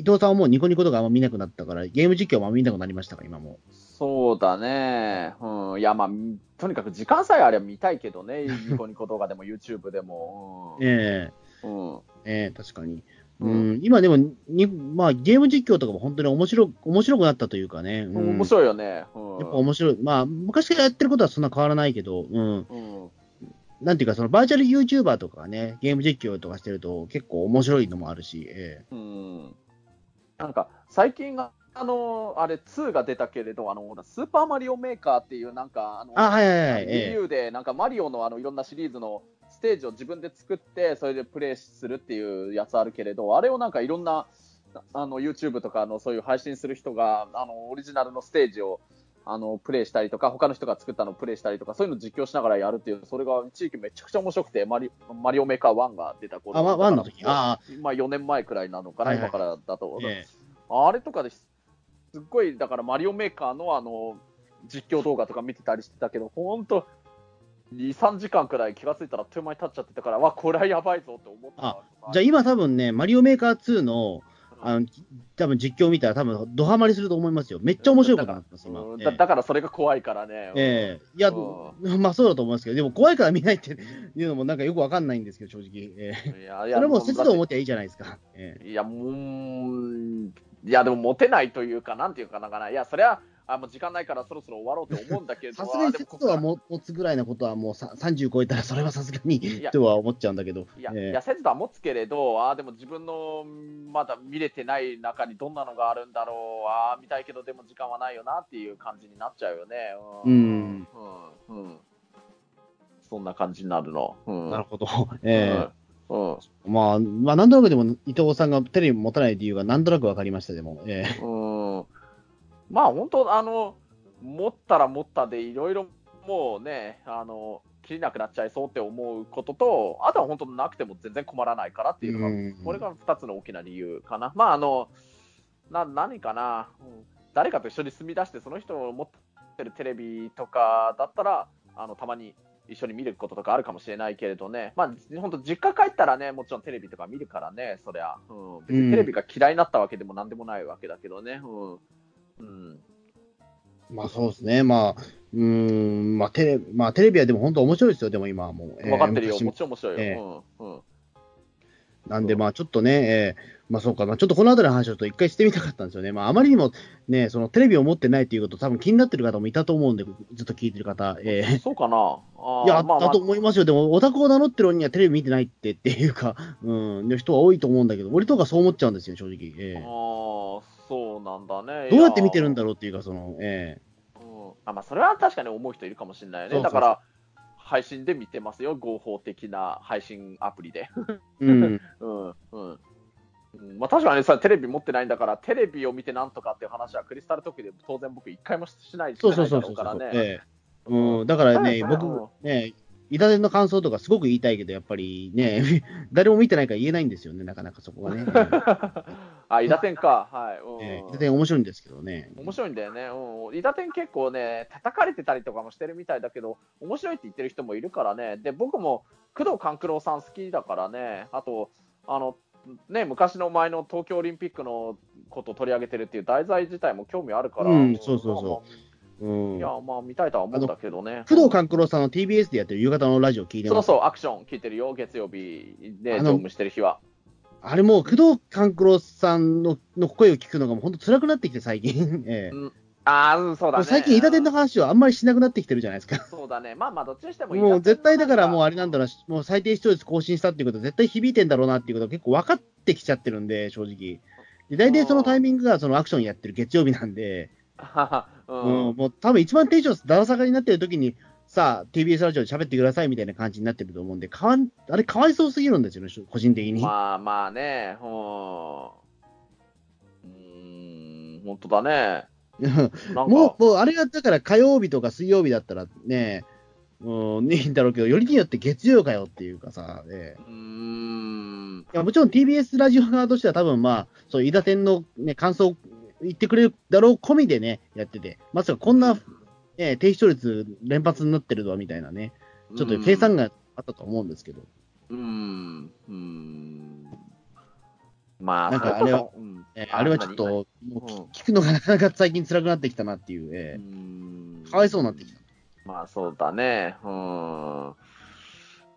Speaker 2: 伊藤さんはもうニコニコとかあんま見なくなったから、ゲーム実況もあんま見なくなりましたから、今も。
Speaker 3: そうだね、うん、いや、まあ、とにかく時間さえあれば見たいけど ね、ニコニコ動画でも YouTube でも。うん
Speaker 2: え
Speaker 3: うん
Speaker 2: えええ確かに。う
Speaker 3: うんん、
Speaker 2: 今でもに、まあ、ゲーム実況とかも本当に面白面白くなったというかね、うん
Speaker 3: 面白いよね。うん、
Speaker 2: やっぱ面白い、まあ、昔からやってることはそんな変わらないけど、うん、
Speaker 3: うん、
Speaker 2: なんていうか、そのバーチャル YouTuber とかがね、ゲーム実況とかしてると、結構面白いのもあるし、え
Speaker 3: うん、なんか最近あのあれ2が出たけれどあのほらスーパーマリオメーカーっていうなんかあ
Speaker 2: え
Speaker 3: の
Speaker 2: あ、はいはいはい、
Speaker 3: レビ
Speaker 2: え
Speaker 3: ューでなんかマリオのあのいろんなシリーズのステージを自分で作ってそれでプレイするっていうやつあるけれどあれをなんかいろんなあの YouTube とかのそういう配信する人があのオリジナルのステージをあのプレイしたりとか他の人が作ったのをプレイしたりとかそういうの実況しながらやるっていうそれが一時期めちゃくちゃ面白くてマリマリオメーカー1が出た頃
Speaker 2: あ、ワワンの
Speaker 3: だか
Speaker 2: 時
Speaker 3: ら
Speaker 2: ああ、
Speaker 3: まあ4年前くらいなのかな、
Speaker 2: はいはい
Speaker 3: 今からだと、
Speaker 2: ええ
Speaker 3: あれとかですすっごいだからマリオメーカーのあの実況動画とか見てたりしてたけど、本当、 2、3時間くらい気がついたらあっという間に経っちゃってたから、わ、これはやばいぞって思った。
Speaker 2: じゃあ今多分ね、マリオメーカー2の、
Speaker 3: うん
Speaker 2: あの、多分実況見たら多分ドハマりすると思いますよ。めっちゃ面白いことになってます、今。
Speaker 3: うん
Speaker 2: え
Speaker 3: だ
Speaker 2: え
Speaker 3: だからそれが怖いからね。
Speaker 2: ええいや、
Speaker 3: う
Speaker 2: まあそうだと思いますけど、でも怖いから見ないっていうのもなんかよくわかんないんですけど、正直。ええ
Speaker 3: いやいや
Speaker 2: それも
Speaker 3: う
Speaker 2: 節度を持ってはいいじゃないですか。ええ
Speaker 3: いや、もう、いや、でもモテないというか、なんていうかなかな、いや、そりゃ、あもう時間ないからそろそろ終わろうと思うんだけ ど、
Speaker 2: さすがに
Speaker 3: あで
Speaker 2: 節
Speaker 3: もこ
Speaker 2: 度
Speaker 3: こか
Speaker 2: は
Speaker 3: ら
Speaker 2: 持つぐらいのことはもうさ30超えたらそれはさすがに
Speaker 3: や
Speaker 2: とは思っちゃうんだけど、
Speaker 3: いや、
Speaker 2: ええ
Speaker 3: いや節度は持つけれど、ああ、でも自分のまだ見れてない中にどんなのがあるんだろう、ああ、見たいけど、でも時間はないよなっていう感じになっちゃうよね。うん。うん。うんそんな感じになるの。うん。
Speaker 2: なるほど。ええ
Speaker 3: うん。うん
Speaker 2: まあ、まあ、なんとなくでも伊藤さんがテレビ持たない理由がなんとなくわかりました、でも。ええ
Speaker 3: うんまあ本当あの持ったら持ったでいろいろもうねあの切りなくなっちゃいそうって思うこととあとは本当なくても全然困らないからっていうのが、
Speaker 2: うん
Speaker 3: これが2つの大きな理由かなまああのな何かな、うん誰かと一緒に住み出してその人の持ってるテレビとかだったらあのたまに一緒に見ることとかあるかもしれないけれどね、まあ、本当、実家帰ったらね、もちろんテレビとか見るからね、そりゃ、うん、別
Speaker 2: うん
Speaker 3: にテレビが嫌いになったわけでもなんでもないわけだけどね、うん、うん、
Speaker 2: まあそうですね、まあ、うーん、まあテレビ、まあテレビはでも本当面白いですよ、でも今はもう。ええ
Speaker 3: 分かってるよ、
Speaker 2: 昔
Speaker 3: も
Speaker 2: も
Speaker 3: ちろん面白いよ、
Speaker 2: え
Speaker 3: うん、うん、
Speaker 2: なんで、まあちょっとね、ええまあそうか、まあちょっとこのあたりの話をちょっと一回してみたかったんですよね。まああまりにもね、そのテレビを持ってないということ、多分気になってる方もいたと思うんで、ずっと聞いてる方、ええ
Speaker 3: そうかな、あー
Speaker 2: いや、
Speaker 3: まあま
Speaker 2: だ
Speaker 3: あ
Speaker 2: と思いますよ。でも、オタクを名乗ってるのにはテレビ見てないってっていうか、うん、の人は多いと思うんだけど、俺とかそう思っちゃうんですよ、正直。
Speaker 3: あ
Speaker 2: え
Speaker 3: ーそうなんだね、
Speaker 2: えどうやって見てるん
Speaker 3: だ
Speaker 2: だろうっていうか、その、え
Speaker 3: うんあまあ、それは確かに思う人いるかもしれないよね。
Speaker 2: そうそうそう
Speaker 3: だから配信で見てますよ、合法的な配信アプリで。
Speaker 2: えうん。
Speaker 3: うんうんうんまあ、確かにさ、テレビ持ってないんだから、テレビを見てなんとかっていう話は、クリスタルトークで当然僕、一回もしないし
Speaker 2: そう
Speaker 3: て
Speaker 2: そ
Speaker 3: な
Speaker 2: うそうそう
Speaker 3: いだろ
Speaker 2: う
Speaker 3: から
Speaker 2: そう、
Speaker 3: ね。
Speaker 2: ええうん、だからね、
Speaker 3: うん
Speaker 2: 僕、ね、いたての感想とかすごく言いたいけど、やっぱりね、 誰も見てないから言えないんですよね、なかなかそこが ね。
Speaker 3: あ、伊田天か。はい。うん
Speaker 2: ええいたて面白いんですけどね。
Speaker 3: 面白いんだよね。うん。伊田天結構ね、叩かれてたりとかもしてるみたいだけど、面白いって言ってる人もいるからね。で、僕も工藤官九郎さん好きだからね。あと、あの、ね、昔の前の東京オリンピックのことを取り上げてるっていう題材自体も興味あるから。
Speaker 2: うんそうそうそうう
Speaker 3: まあまあ
Speaker 2: ん
Speaker 3: いや、まあ見たいとは思うんだけどね。
Speaker 2: 工藤官九郎さんの TBS でやってる夕方のラジオ聞いて
Speaker 3: そ
Speaker 2: ま
Speaker 3: う
Speaker 2: す。
Speaker 3: そう、アクション聞いてるよ、月曜日で、
Speaker 2: あの
Speaker 3: 乗務してる日は。
Speaker 2: あれもう、工藤官九郎さんのの声を聞くのがもう本当辛くなってきて、最近。 ええ
Speaker 3: ああ、うん、そうだね。
Speaker 2: 最近、イタデンの話をあんまりしなくなってきてるじゃないですか。
Speaker 3: そうだね。まあまあ、どっちにしてもいいな
Speaker 2: もう絶対だから、もうあれなんだろうな、もう最低視聴率更新したっていうこと、絶対響いてんだろうなっていうこと、結構分かってきちゃってるんで、正直。で大体そのタイミングがそのアクションやってる月曜日なんで、
Speaker 3: う
Speaker 2: うん
Speaker 3: ん。
Speaker 2: もう多分一番テンションだら下がりになってる時に、さあ、TBS ラジオで喋ってくださいみたいな感じになってると思うんで、かわんあれ、かわいそうすぎるんですよね、個人的に。
Speaker 3: まあまあね、うん。うーん、本 当だね。なんか、
Speaker 2: もう、もうあれがだから火曜日とか水曜日だったらね、うん、いいんだろうけど、よりによって月曜かよっていうかさ、ね、
Speaker 3: うーん、
Speaker 2: いやもちろん TBS ラジオ側としては、多分まあ、そう、飯田天の、ね、感想言ってくれるだろう込みでね、やってて、まさかこんな、ね、低視聴率連発になってるとはみたいなね、ちょっと計算
Speaker 3: が。
Speaker 2: があったと思うんですけど、
Speaker 3: うん、うん。まあ、
Speaker 2: なんか
Speaker 3: そ
Speaker 2: あれ
Speaker 3: れこ
Speaker 2: は
Speaker 3: そ、うん
Speaker 2: えあれはちょっ、
Speaker 3: 何
Speaker 2: と、もう
Speaker 3: 何うん
Speaker 2: 聞くのがなかなか最近辛くなってきたなっていう、
Speaker 3: う
Speaker 2: え
Speaker 3: ん
Speaker 2: かわいそうになってきた。
Speaker 3: まあそうだね、うん。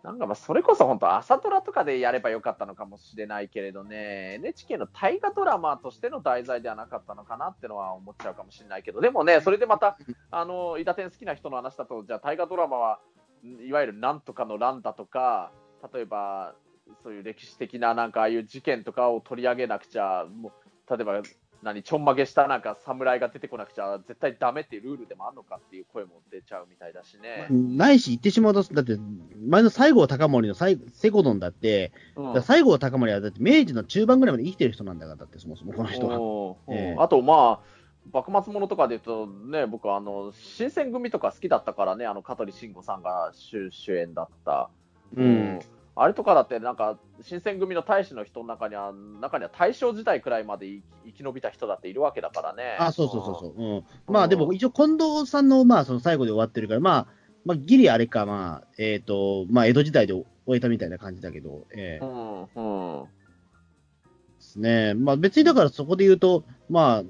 Speaker 3: なんかまあそれこそ本当、朝ドラとかでやればよかったのかもしれないけれどね、NHK の大河ドラマとしての題材ではなかったのかなってのは思っちゃうかもしれないけど、でもね、それでまた、あの、伊達好きな人の話だと、じゃあ大河ドラマは、んいわゆるなんとかの乱だとか、例えば、そういう歴史的ななんかああいう事件とかを取り上げなくちゃ、もう例えば何ちょんまげしたなんか侍が出てこなくちゃ絶対ダメっていうルールでもあるのかっていう声も出ちゃうみたいだしね。
Speaker 2: ないし、言ってしまうと、だって、前の西郷隆盛の最セコドンだって、
Speaker 3: うん
Speaker 2: だから西郷隆盛はだって明治の中盤ぐらいまで生きてる人なんだから、だってそもそもこの人は。
Speaker 3: おーおー
Speaker 2: ええ
Speaker 3: あとまあ幕末ものとかで言うとね僕はあの新選組とか好きだったからねあの香取慎吾さんが主主演だった、
Speaker 2: うん、
Speaker 3: あれとかだってなんか新選組の大使の人の中には中には大正時代くらいまで生き生き延びた人だっているわけだからね
Speaker 2: あそうそうそうそう、うん、
Speaker 3: うん
Speaker 2: まあでも一応、近藤さんのまあその最後で終わってるから、まあ、まあ、ギリあれか、まあ、えっ、と、まあ、江戸時代で終えたみたいな感じだけど、ええ
Speaker 3: うん、うん。
Speaker 2: ですね。まあ、別にだからそこで言うと、まあ、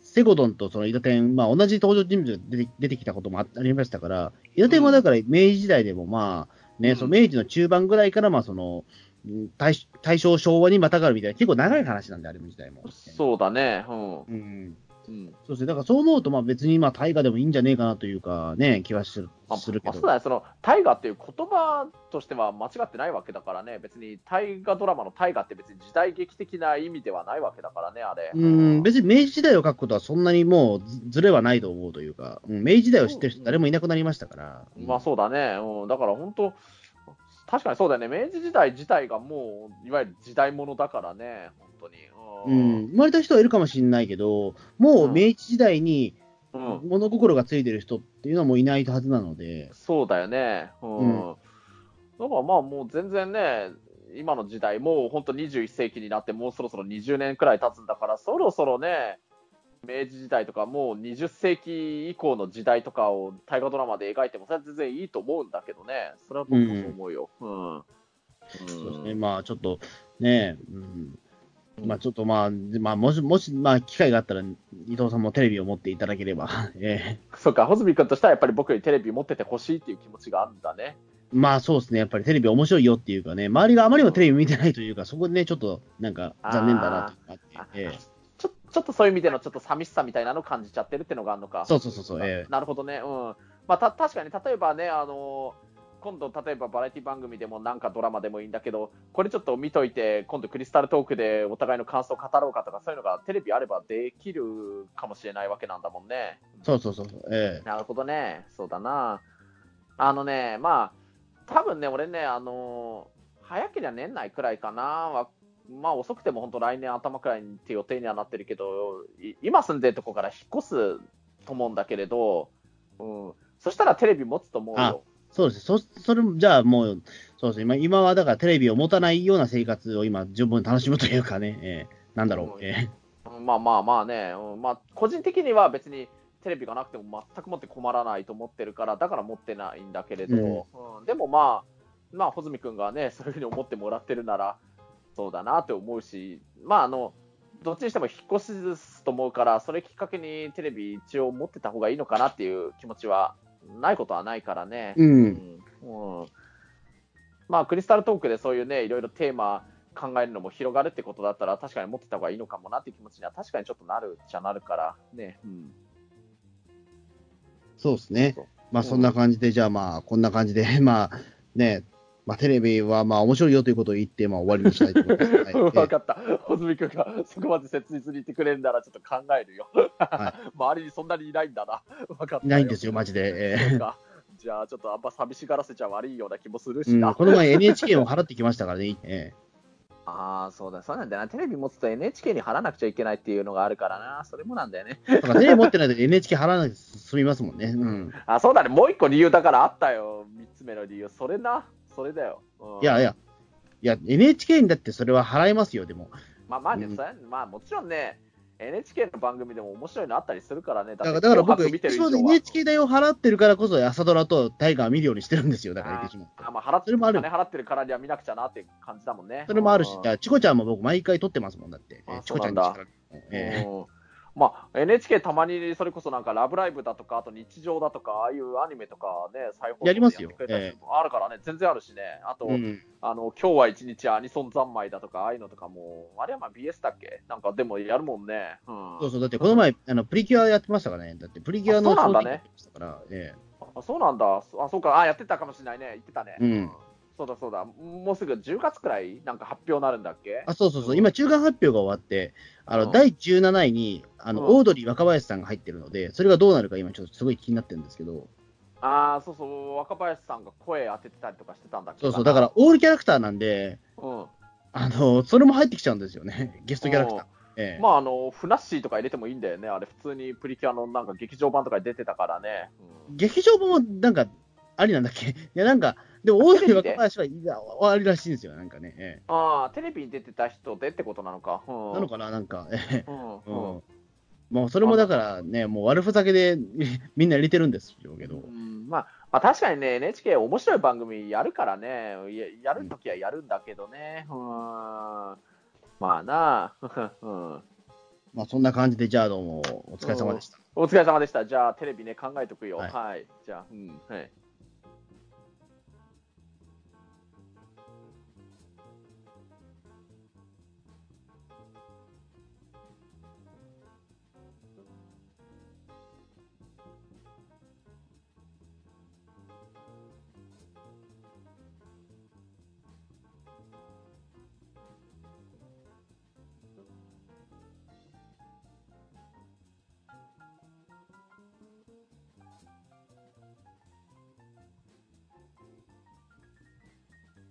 Speaker 2: セゴドンとその伊田天、まあ、同じ登場人物が出て出てきたこともあありましたから、伊田天はだから明治時代でもまあ、ね、
Speaker 3: うん
Speaker 2: その明治の中盤ぐらいから、まあ、その、うん大大正昭和にまたがるみたいな、結構長い話なんで、あれも時代も。
Speaker 3: そうだね。うん。
Speaker 2: うん。
Speaker 3: うん
Speaker 2: そうですね。だからそう思うと、まあ別にまあ大河でもいいんじゃねえかなというかね、気はする
Speaker 3: まあ、
Speaker 2: するけ
Speaker 3: まあ
Speaker 2: ど。
Speaker 3: そうだね、その大河っていう言葉としては間違ってないわけだからね、別に大河ドラマの大河って別に時代劇的な意味ではないわけだからね、あれ。
Speaker 2: うん、別に明治時代を書くことはそんなにもうずずれはないと思うというか、うん明治時代を知ってる人誰もいなくなりましたから。
Speaker 3: まあそうだね、うん、だから本当、確かにそうだよね、明治時代自体がもう、いわゆる時代物だからね、本当
Speaker 2: う
Speaker 3: に。
Speaker 2: ん、生まれた人はいるかもしれないけど、もう
Speaker 3: うん
Speaker 2: 明治時代に
Speaker 3: うんうん
Speaker 2: 物心がついてる人っていうのはもういないはずなので、
Speaker 3: そうだよね、うん
Speaker 2: うん
Speaker 3: だからまあもう全然ね、今の時代、もう本当21世紀になって、もうそろそろ20年くらい経つんだから、そろそろね、明治時代とか、もう20世紀以降の時代とかを大河ドラマで描いても、それは全然いいと思うんだけどね、それは僕もそう思うよ。うん
Speaker 2: そうですね、まあちょっとね、うん
Speaker 3: うん
Speaker 2: まあちょっとまあ、でまあ、もし、もし、まあ機会があったら、伊藤さんもテレビを持っていただければ、 ええ
Speaker 3: そうか、穂積君としてはやっぱり僕にテレビ持っててほしいっていう気持ちがあるんだね。
Speaker 2: まあそうですね、やっぱりテレビ面白いよっていうかね、周りがあまりにもテレビ見てないというか、そこでね、ちょっとなんか残念だなとかあって、ええ
Speaker 3: ちょちょっとそういう意味でのちょっと寂しさみたいなのを感じちゃってるってのがあるのか。
Speaker 2: そうそうそうそう、ええ
Speaker 3: ななるほどね、うんまあ、た確かに例えばね、あの今度、例えばバラエティ番組でもなんかドラマでもいいんだけど、これちょっと見といて、今度、クリスタルトークでお互いの感想を語ろうかとか、そういうのがテレビあればできるかもしれないわけなんだもんね。
Speaker 2: そうそうそうそう、ええ
Speaker 3: なるほどね、そうだな。あのね、まあ、多分ね、俺ね、あのー早けりゃ年内くらいかな、わまあ遅くても本当来年頭くらいにって予定にはなってるけど、い今住んでるとこから引っ越すと思うんだけれど、うん、そしたらテレビ持つと思うよ。
Speaker 2: そうですね、そそれもじゃあもう、そうですね、今今はだからテレビを持たないような生活を今、十分楽しむというかね、ええなんだろう、ええ
Speaker 3: うんまあまあまあね、うんまあ、個人的には別にテレビがなくても全く持って困らないと思ってるから、だから持ってないんだけれど、うんでもまあ、まあ、穂積君がね、 そういうふうに思ってもらってるなら、そうだなって思うし、まあ、あの、どっちにしても引っ越しずつと思うから、それきっかけにテレビ一応持ってた方がいいのかなっていう気持ちはないことはないからね。
Speaker 2: うん、
Speaker 3: うんうんまあ、クリスタルトークでそういうね、いろいろテーマ考えるのも広がるってことだったら、確かに持ってた方がいいのかもなっていう気持ちには、確かにちょっとなるっちゃなるから、ね。うん
Speaker 2: そうですね
Speaker 3: そう、
Speaker 2: まあそんな感じで、じゃあまあ、こんな感じで、 まあね、まあ、テレビはまあ面白いよということを言って、まあ終わりにしたいと思い ます。はい
Speaker 3: 分かった、穂積君がそこまで切実に言ってくれるなら、ちょっと考えるよ。
Speaker 2: は
Speaker 3: 周りにそんなにいないんだな、分かった
Speaker 2: いないんですよ、マジで。ええ
Speaker 3: そう かじゃあ、ちょっとあんま寂しがらせちゃ悪いような気もするし
Speaker 2: うん
Speaker 3: な。
Speaker 2: この前 NHK を払ってきましたからね、ええ
Speaker 3: ああ、そうだ、そうなんだよな、テレビ持つと NHK に貼らなくちゃいけないっていうのがあるからな、それもなんだよね。
Speaker 2: だからテレビ持ってないと NHK 払わなくて済みますもんね。うん、
Speaker 3: あ、そうだね。もう一個理由だからあったよ。三つ目の理由。それな。それだよ。うん
Speaker 2: いやい。や、いや、NHK にだってそれは払いますよ、でも。
Speaker 3: まあまあね、
Speaker 2: うん
Speaker 3: それまあもちろんね、NHK の番組でも面白いのあったりするからね。
Speaker 2: だからだから僕、
Speaker 3: 紅白見てる以
Speaker 2: 一
Speaker 3: 上
Speaker 2: 応
Speaker 3: は
Speaker 2: NHK 代を払ってるからこそ、朝ドラとタイガー見るようにしてるんですよ、だから言ってしまう
Speaker 3: あ、まあ払って
Speaker 2: それもある
Speaker 3: 金払ってるからには見なくちゃなって感じだもんね。
Speaker 2: それもあるし、
Speaker 3: う
Speaker 2: だ
Speaker 3: ん
Speaker 2: からチコちゃんも僕、毎回撮ってますもんだって、え
Speaker 3: あ
Speaker 2: ーチコちゃんに
Speaker 3: そうなんだ
Speaker 2: 力え
Speaker 3: うんまあ、NHK たまにそれこそなんか「ラブライブ!」だとかあと日常だとかああいうアニメとかね再放送で
Speaker 2: やりますよ
Speaker 3: ってくれたりするのあるからね全然あるしねあと、
Speaker 2: ーうん
Speaker 3: あの今日は一日アニソン三昧だとか、ああいうのとかも、あれはまあ BS だっけなんかでもやるもんね。うん、
Speaker 2: そうそう、だってこの前、あのプリキュアやってましたからね、だってプリキュアの
Speaker 3: あそうなんだ
Speaker 2: やっ
Speaker 3: ね
Speaker 2: てましたから、え
Speaker 3: あそうなんだ。そあ、そうか。あ、やってたかもしれないね。言ってたね。
Speaker 2: うん
Speaker 3: そうだそうだ。もうすぐ10月くらい、なんか発表になるんだっけ
Speaker 2: えあそうそうそう、今、中間発表が終わって、あの
Speaker 3: うん
Speaker 2: 第17位にあの、
Speaker 3: うん
Speaker 2: オードリー若林さんが入ってるので、それがどうなるか、今、ちょっとすごい気になってるんですけど、
Speaker 3: ああ、そうそう。若林さんが声当ててたりとかしてたんだっけ
Speaker 2: そうそう、だから、オールキャラクターなんで、
Speaker 3: うん。
Speaker 2: あのそれも入ってきちゃうんですよね、ゲストキャラクター。ええ
Speaker 3: まあ、あの、フナッシーとか入れてもいいんだよね。あれ、普通にプリキュアのなんか劇場版とかに出てたからね。うん
Speaker 2: 劇場版もなんか、ありなんだっけ いや、なんか、でも、大
Speaker 3: テ
Speaker 2: 手
Speaker 3: レビで
Speaker 2: 若林はいやありらしいんですよ、なんかね。え
Speaker 3: ああ、テレビに出てた人でってことなのか。うん
Speaker 2: え、なのかな、なんか。 え
Speaker 3: うん。
Speaker 2: えう
Speaker 3: うん
Speaker 2: んもうそれもだからね、もう悪ふざけでみんな入れてるんですけど、
Speaker 3: うんまあ、まあまあ、確かにね、NHK 面白い番組やるからね、ややるときはやるんだけどね。うーん。まあな、 うん。
Speaker 2: まあ、そんな感じで、じゃあどうも、お疲れ様でした。
Speaker 3: お疲れ様でした。じゃあ、テレビね、考えとくよ。
Speaker 2: はい
Speaker 3: はい、じゃあ、うん。はい。